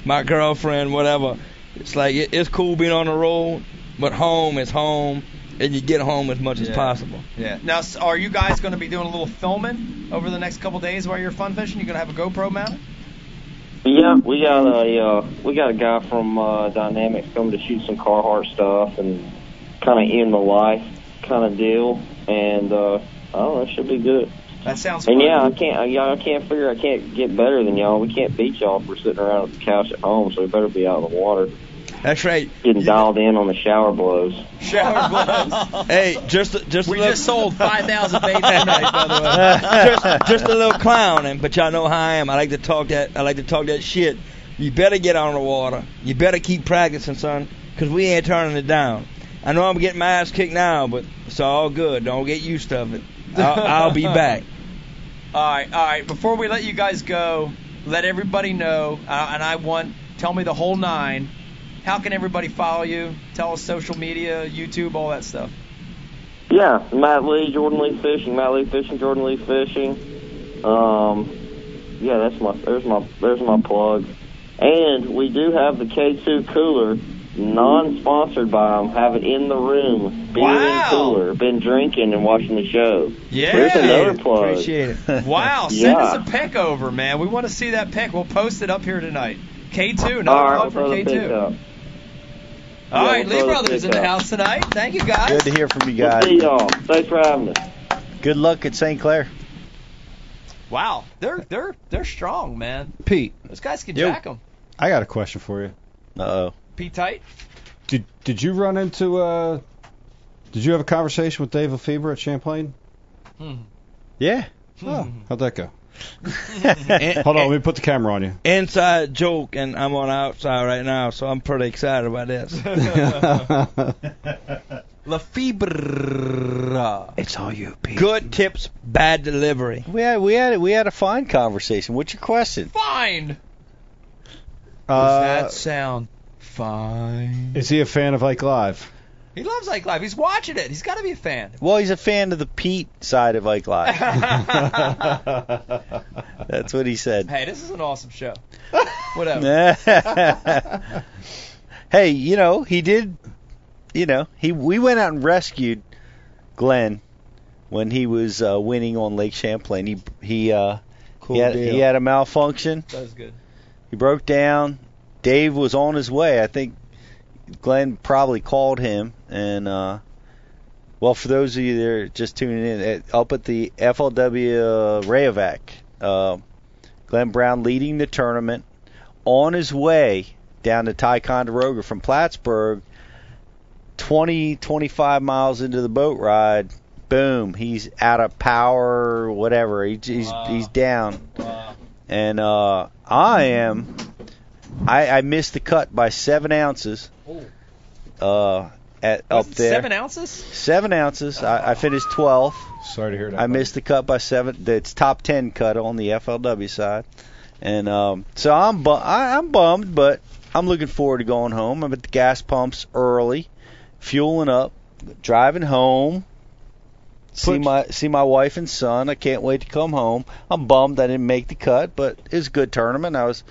my girlfriend, whatever. It's like it, it's cool being on the road, but home is home, and you get home as much as Yeah. possible. [LAUGHS] Yeah. Now, s- are you guys going to be doing a little filming over the next couple days while you're fun fishing? You going to have a GoPro mounted? Yeah, we got a uh, we got a guy from uh, Dynamics coming to shoot some Carhartt stuff and kind of in the life kind of deal. And uh, I don't know, it should be good. That sounds. And fun. yeah, I can't I, y'all can't figure I can't get better than y'all. We can't beat y'all if we're sitting around at the couch at home, so we better be out in the water. That's right. Getting dialed in on the shower blows. Shower [LAUGHS] blows. hey, just a- just we just sold five thousand baits tonight, by [LAUGHS] the way. just, just a little clown, and but y'all know how I am. I like to talk that I like to talk that shit. You better get on the water. You better keep practicing, son, 'cause we ain't turning it down. I know I'm getting my ass kicked now, but it's all good. Don't get used to it. I'll, I'll [LAUGHS] be back. All right, all right. Before we let you guys go, let everybody know, uh, and I want tell me the whole nine. How can everybody follow you? Tell us social media, YouTube, all that stuff. Yeah, Matt Lee, Jordan Lee Fishing, Matt Lee Fishing, Jordan Lee Fishing. Um, yeah, that's my there's my there's my plug. And we do have the K2 cooler, non-sponsored by them. Have it in the room, beer and cooler. Been drinking and watching the show. Yeah. there's another plug. Appreciate [LAUGHS] it. Wow, send yeah. us a pic over, man. We want to see that pic. We'll post it up here tonight. K2, another All right, plug for we'll throw the pic K2. up. All Yeah, right, we'll Lee throw the Brothers pic in the up. house tonight. Thank you guys. Good to hear from you We'll guys. see uh, y'all. Thanks for having us. Good luck at St. Clair. Wow, they're they're they're strong, man. Pete, Those guys can Yo. jack 'em. I got a question for you. Uh oh. Pete tight. Did Did you run into uh? Did you have a conversation with Dave Lefebvre at Champlain? Hmm. Yeah. Hmm. Oh, how'd [LAUGHS] that go? Hold on, let me put the camera on you. Inside joke, and I'm on the outside right now, so I'm pretty excited about [LAUGHS] this. Lefebvre. It's all you, Pete. Good tips, bad delivery. We had we had we had a fine conversation. What's your question? Fine. Uh, that sound fine? Is he a fan of Ike Live? He loves Ike Live. He's watching it. He's got to be a [LAUGHS] fan. Well, he's a fan of the Pete side of Ike Live. [LAUGHS] That's what he said. Hey, this is an awesome [LAUGHS] show. Whatever. hey, you know he did. You know he we went out and rescued Glenn when he was uh, winning on Lake Champlain. He he uh, cool he, had, deal. he had a malfunction. That was good. He broke down. Dave was on his way. I think Glenn probably called him. And uh, well, for those of you that are just tuning in, at, up at the FLW uh, Rayovac, uh, Glenn Brown leading the tournament on his way down to Ticonderoga from Plattsburgh. 20, 25 miles into the boat ride, boom, he's out of power, whatever. He, he's he's down and uh, I am. I, I missed the cut by seven ounces. Uh, at up there. Seven ounces? Seven ounces. I, I finished 12th. Sorry to hear that. I missed the cut by seven. That's top ten cut on the FLW side, and um, so I'm bu- I, I'm bummed, but I'm looking forward to going home. I'm at the gas pumps early, fueling up, driving home. See my see my wife and son. I can't wait to come home. I'm bummed I didn't make the cut, but it's a good tournament. I was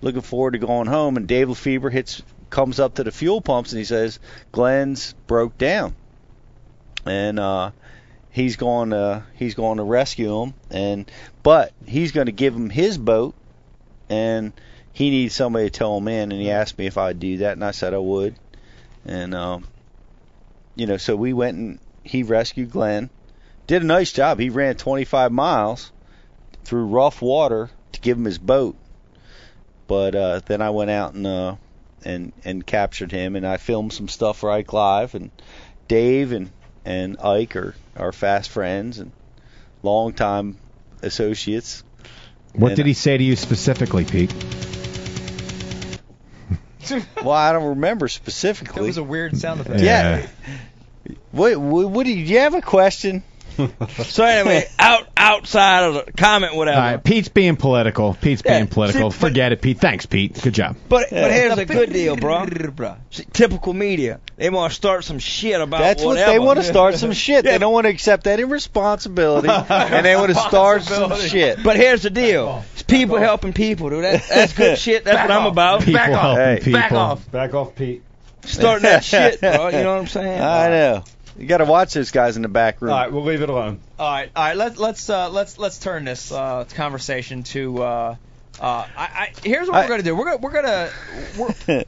looking forward to going home. And Dave Lefebvre hits comes up to the fuel pumps and he says Glenn's broke down, and uh, he's going to he's going to rescue him and but he's going to give him his boat and he needs somebody to tow him in and he asked me if I'd do that and I said I would and um you know so we went and he rescued Glenn did a nice job he ran 25 miles through rough water to give him his boat but uh then I went out and uh and and captured him and I filmed some stuff for Ike Live and Dave and and Ike are, are fast friends and long time associates. What did he say to you specifically, Pete? well, I don't remember specifically. That was a weird sound effect. Yeah. What, what, what do you, do you have a question? [LAUGHS] so anyway, out outside of the comment, whatever. All right, Pete's being political. Pete's being political. Forget it, Pete. Thanks, Pete. Good job. But but here's a good deal, bro. See, typical media, they want to start some shit about That's what whatever. they want to start [LAUGHS] some shit. They don't want to accept any responsibility, and they want to start some Responsibility. shit. But here's the deal: it's people helping people, dude. That, that's [LAUGHS] [LAUGHS] good shit. That's Back what I'm off. about. People Back off. helping Back people. off. Back off, Pete. Starting [LAUGHS] that shit, bro. You know what I'm saying? I know. You got to watch those guys in the back room. All right, we'll leave it alone. All right, all right. Let's let's uh, let's let's turn this uh, conversation to. Uh, uh, I, I, here's what I- we're gonna do. We're gonna we're gonna [LAUGHS] we're,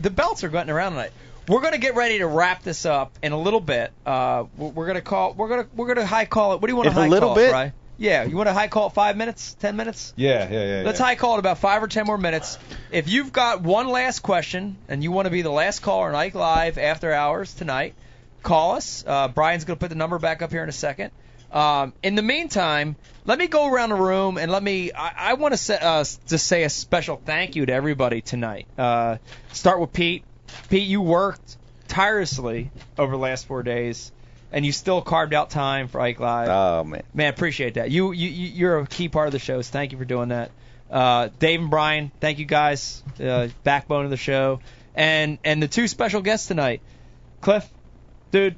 the belts are getting around tonight. We're gonna get ready to wrap this up in a little bit. Uh, we're, we're gonna call. We're gonna we're gonna high call it. What do you want to In a high little call it, bit? Bri? Yeah, you want to high call it five minutes, ten minutes? Yeah, yeah, yeah. Let's yeah. high call it about five or ten more minutes. If you've got one last question and you want to be the last caller on Ike Live after hours tonight, call us. Uh, Brian's going to put the number back up here in a second. Um, in the meantime, let me go around the room and let me. I, I want to say, uh, just say a special thank you to everybody tonight. Uh, start with Pete. Pete, you worked tirelessly over the last four days, and you still carved out time for Ike Live. Oh man, man, appreciate that. You, you you- you're a key part of the show, so thank you for doing that. Uh, Dave and Brian, thank you guys, uh, backbone of the show, and and the two special guests tonight, Cliff, dude,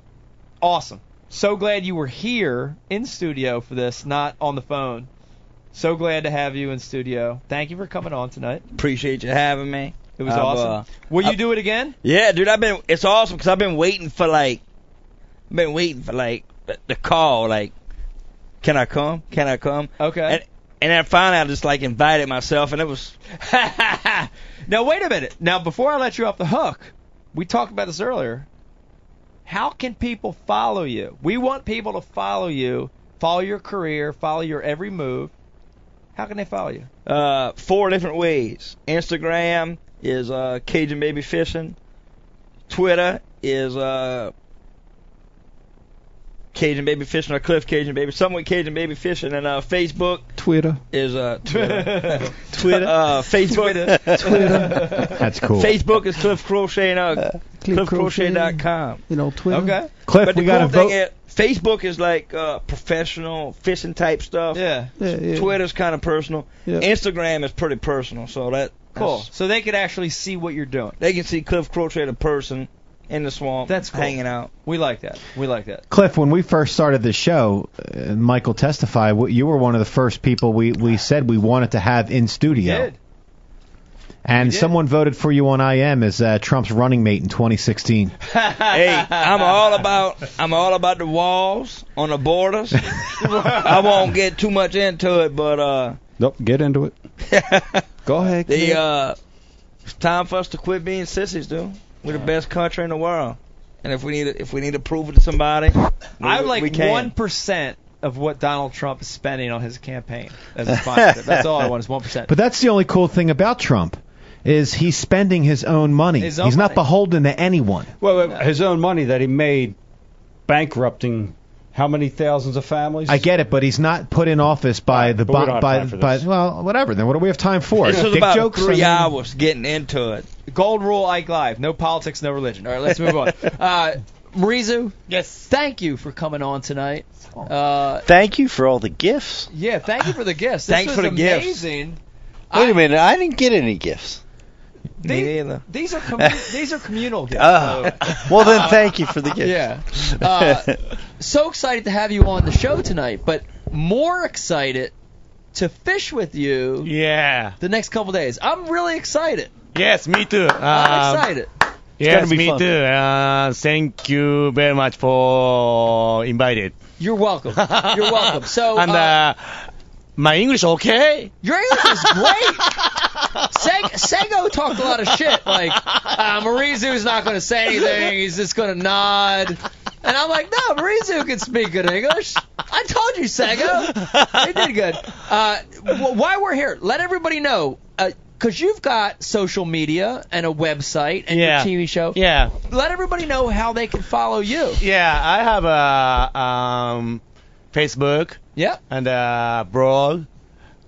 awesome. So glad you were here in studio for this, not on the phone. So glad to have you in studio. Thank you for coming on tonight. Appreciate you having me. It was I've, awesome. uh, Will you I've- do it again? Yeah, dude, I've been. It's awesome because I've been waiting for like, I've been waiting for like the- the call. Like, can I come? Can I come? Okay. And and then finally, I just like invited myself, and it was. [LAUGHS] Now wait a minute. Now before I let you off the hook, we talked about this earlier. How can people follow you? We want people to follow you, follow your career, follow your every move. How can they follow you? uh, four different ways. Instagram is uh, Cajun Baby Fishing. Twitter is uh, Cajun Baby Fishing or Cliff Cajun Baby. Something with Cajun Baby Fishing. And uh, Facebook Twitter. is uh, Twitter. [LAUGHS] [LAUGHS] Twitter. Uh, Facebook. [LAUGHS] Twitter. That's cool. Facebook is Cliff Crochet and uh, CliffCrochet.com. You know, Twitter. Okay. Cliff, but the we got cool to thing vote. is, Facebook is like uh, professional fishing type stuff. Yeah. Yeah, yeah. Twitter's kind of personal. Yeah. Instagram is pretty personal, so that Cool. that's- So they could actually see what you're doing. they can see Cliff Crochet the person in the swamp. That's cool. hanging out. We like that. We like that. Cliff, when we first started the show, uh, Michael testified, w- you were one of the first people we, we said we wanted to have in studio. And someone voted for you on IM as uh, Trump's running mate in [LAUGHS] 2016. hey, I'm all about I'm all about the walls on the [LAUGHS] borders. I won't get too much into it, but uh, Nope, get [LAUGHS] into it. Go ahead. the kid. uh, it's time for us to quit being sissies, dude. We're the best country in the world, and if we need if we need to prove it to [LAUGHS] somebody, we, I'm we like can. one percent of what Donald Trump is spending on his campaign [LAUGHS] as a sponsorship. That's all I want is one percent. But that's the only cool thing about Trump is he's spending his own money. His own he's not money. beholden to anyone. well, his own money that he made bankrupting how many thousands of families? I get it, but he's not put in office by the but we bo- don't have by time for by well, whatever. Then what do we have time for? This was Dick about jokes. three I mean- hours getting into it. Gold rule Ike Live. No politics, no religion. All right, let's move [LAUGHS] on. Uh, Marizu. Yes. Thank you for coming on tonight. Uh, Thank you for all the gifts. yeah, thank you for the gifts. This Thanks was for the gifts. amazing. Wait a minute, I didn't get any gifts. They- either. These are [LAUGHS] commu- these are communal gifts. Ah. so- [LAUGHS] well, then thank you for the gifts. Yeah. Uh, [LAUGHS] so excited to have you on the show tonight, but more excited to fish with you. Yeah. The next couple days. I'm really excited. Yes, me too. I'm Um, excited. Yes, gonna be me fun. too. Uh, thank you very much for invited. You're welcome. You're [LAUGHS] welcome. So and uh, uh, my English [LAUGHS] okay? Your English is great. Seg- Sego talked a lot of shit. Like, uh, Marizu's not going to say anything. He's just going to nod. And I'm like, no, Marizu can speak good English. I told you, Sego. He did good. Uh, wh- why we're here, let everybody know. Because you've got social media and a website and Yeah. your TV show. Yeah. Let everybody know how they can follow you. Yeah, I have a um, Facebook Yeah. And uh, blog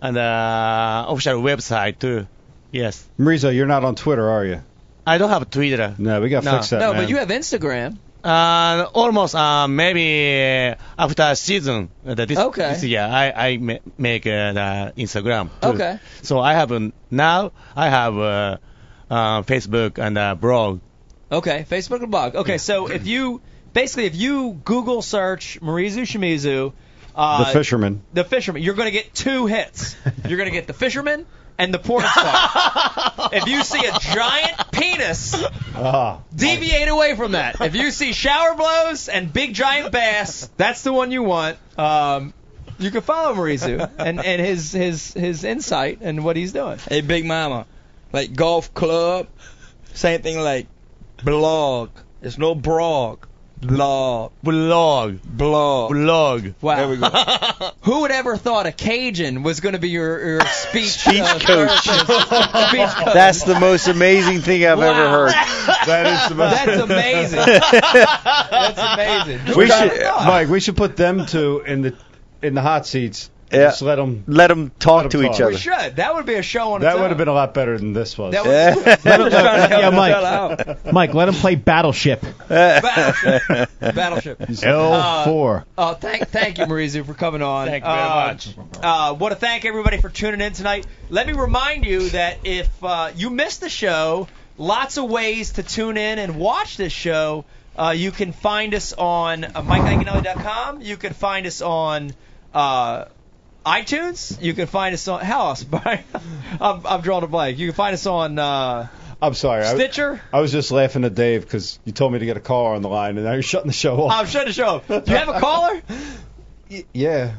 and uh, official website too. Yes. Marisa, you're not on Twitter, are you? I don't have Twitter. No, we got to No. fix that. No, but man. You have Instagram. Uh, almost uh, maybe after season uh, this, Okay. this year I I ma- make uh, the Instagram. Too. Okay. So I have uh, now I have uh, uh, Facebook and uh, blog. Okay, Facebook and blog. Okay, so if you basically if you Google search Marizu Shimizu, uh, the fisherman. the fisherman, you're going to get two hits. You're going to get the fisherman and the [LAUGHS] porn star. if you see a giant penis, Ah. deviate away from that. If you see shower blows and big giant bass, that's the one you want. Um, you can follow Marizu and, and his his his insight and what he's doing. Hey, Big Mama, like golf club, same thing like blog. It's no brog. Blog. Blog. Blog. Blog. Wow. There we go. [LAUGHS] Who would ever thought a Cajun was going to be your, your speech, uh, speech coach. speech coach? That's the most amazing thing I've [LAUGHS] ever heard. That is the most- That's amazing. That's amazing. Who We would have should, thought? Mike. We should put them two in the in the hot seats. Yeah. Just let them Let them talk to each We other. should. That would be a show on That its would own. have been a lot better than this [LAUGHS] was. That was- Yeah. Just Let him, [LAUGHS] trying to help yeah, the fella Mike. Mike, let him play Battleship. Battleship. Battleship. L four. Oh, thank thank you, Marizu, for coming on. Thank you very much. Uh, want to thank everybody for tuning in tonight. Let me remind you that if uh, you missed the show, lots of ways to tune in and watch this show. Uh, you can find us on uh, MikeIconelli.com. You can find us on uh, iTunes. You can find us on how else? [LAUGHS] Brian? I'm, I'm drawing a blank. You can find us on uh, I'm sorry. I- Stitcher. I, was just laughing at Dave because you told me to get a caller on the line, and now you're shutting the show off. I'm shutting the show. up. Do you have a caller? [LAUGHS] yeah.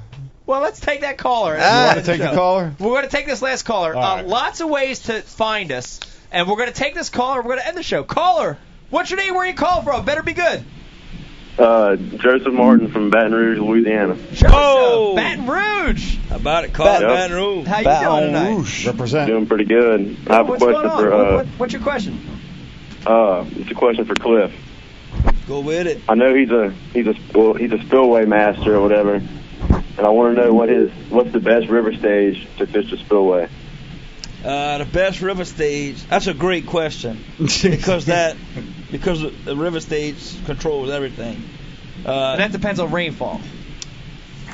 Well, let's take that caller. Ah. You want to take [LAUGHS] the caller? We're going to take this last caller. All Uh, right. lots of ways to find us, and we're going to take this caller. We're going to end the show. Caller, what's your name? Where you call from? Better be good. Uh, Joseph Martin from Baton Rouge, Louisiana. Oh, Baton Rouge. How about it? Call Baton- Baton Rouge. How you doing tonight? Represent. Doing pretty good. I have a What's going question on? for What- uh, what- what's your question? uh, it's a question for Cliff. Go with it. I know he's a he's a well, he's a spillway master or whatever, and I want to know what his what's the best river stage to fish the spillway. Uh, the best river stage. That's a great question because that because the river stage controls everything. Uh, that depends on rainfall.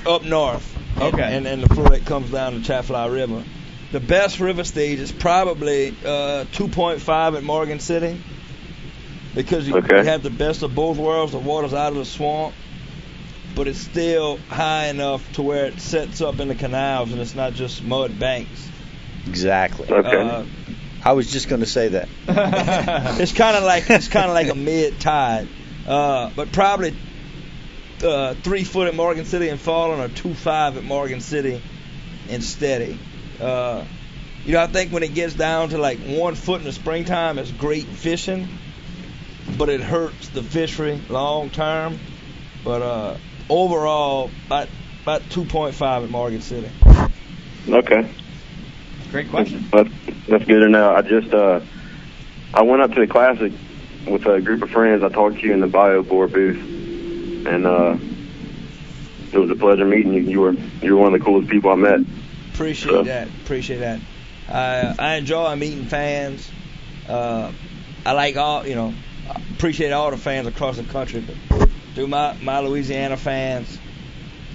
Up north. Okay. And, and, the flow that comes down the Chaffee River. The best river stage is probably uh, 2.5 at Morgan City because you, Okay. you have the best of both worlds. The water's out of the swamp, but it's still high enough to where it sets up in the canals and it's not just mud banks. Exactly. Okay. Uh, I was just going to say that. [LAUGHS] it's kind of like it's kind of like a mid tide, uh, but probably uh, three foot at Morgan City and falling, or two five at Morgan City and steady. Uh, you know, I think when it gets down to like one foot in the springtime, it's great fishing, but it hurts the fishery long term. But uh, overall, about about 2.5 at Morgan City. Okay. Great question. That's, that's good to know. I just uh, I went up to the classic with a group of friends. I talked to you in the bio board booth, and uh, it was a pleasure meeting you. You were you were one of the coolest people I met. Appreciate So- that. Appreciate that. I I enjoy meeting fans. Uh, I like all you know. I Appreciate all the fans across the country, but through my my Louisiana fans,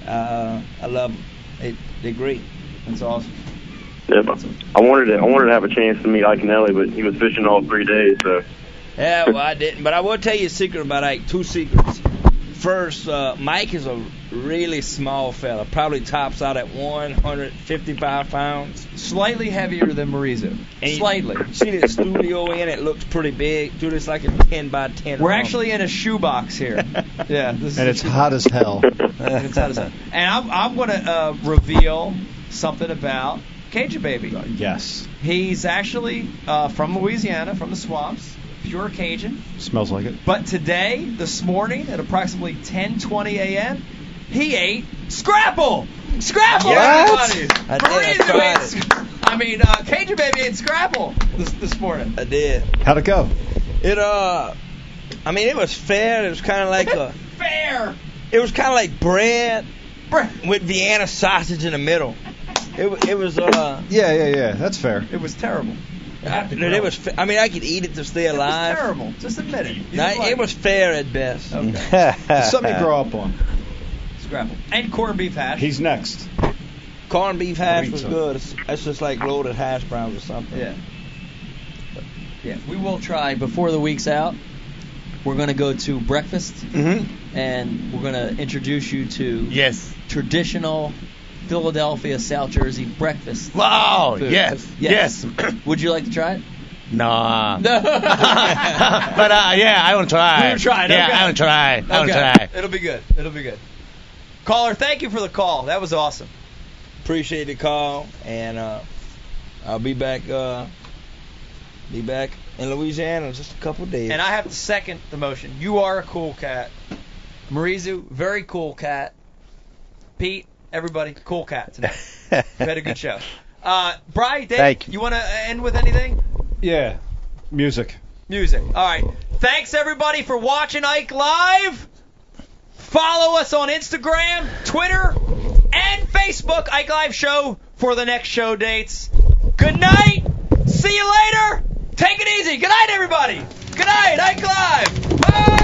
uh, I love them. They, they're great. That's awesome. Yep. I wanted to I wanted to have a chance to meet Ike Nelly, but he was fishing all three days. So Yeah, well, I didn't, but I will tell you a secret about Ike. Two secrets. First, uh, Mike is a really small fella. Probably tops out at 155 pounds. Slightly heavier than Marizu. And Slightly. You see the studio in? It looks pretty big. Dude, it's like a 10 by 10. We're room. actually in a shoebox here. yeah. This is And a it's hot as hell. And [LAUGHS] it's out of sight. And I'm, I'm going to uh, reveal something about Cajun Baby. Uh, yes. He's actually uh, from Louisiana, from the swamps, pure Cajun. Smells like it. But today, this morning, at approximately 10:20 a.m., he ate Scrapple. Scrapple, Yes! everybody. I did, I Marizu tried ate sc- I mean, uh, Cajun Baby ate Scrapple this, this morning. I did. How'd it go? It uh, I mean, it was fair. It was kind of like a Fair. it was kind of like bread, with Vienna sausage in the middle. It, wa- it was uh, Yeah, yeah, yeah. That's fair. It was terrible. I, it was. fa- I mean, I could eat it to stay alive. terrible. Just admit it. You Nah, didn't like Oh, it was fair at best. [LAUGHS] It's something you grow up on. Scrapple. And corned beef hash. He's next. Corned beef hash was so. good. It's, it's just like loaded hash browns or something. Yeah. Yeah, we will try before the week's out. We're gonna go to breakfast, Mm-hmm. and we're gonna introduce you to yes traditional Philadelphia, South Jersey breakfast. Wow! food. Yes, Would you like to try it? No. [LAUGHS] No. but uh, yeah, I want to try. You wanna try it, Yeah, okay. I want to try. I want to Okay. try. It'll be good. It'll be good. Caller, thank you for the call. That was awesome. Appreciate the call, and uh, I'll be back. Uh, be back in Louisiana in just a couple days. And I have to second the motion. You are a cool cat. Marizu, very cool cat. Pete, everybody, cool cat tonight. [LAUGHS] We've had a good show. Uh, Bry, Dave, Thank you. you want to end with anything? [LAUGHS] Yeah. Music. Music. All right. Thanks everybody for watching Ike Live. Follow us on Instagram, Twitter, and Facebook, Ike Live Show, for the next show dates. Good night. See you later. Take it easy. Good night, everybody. Good night, Ike Live. Bye.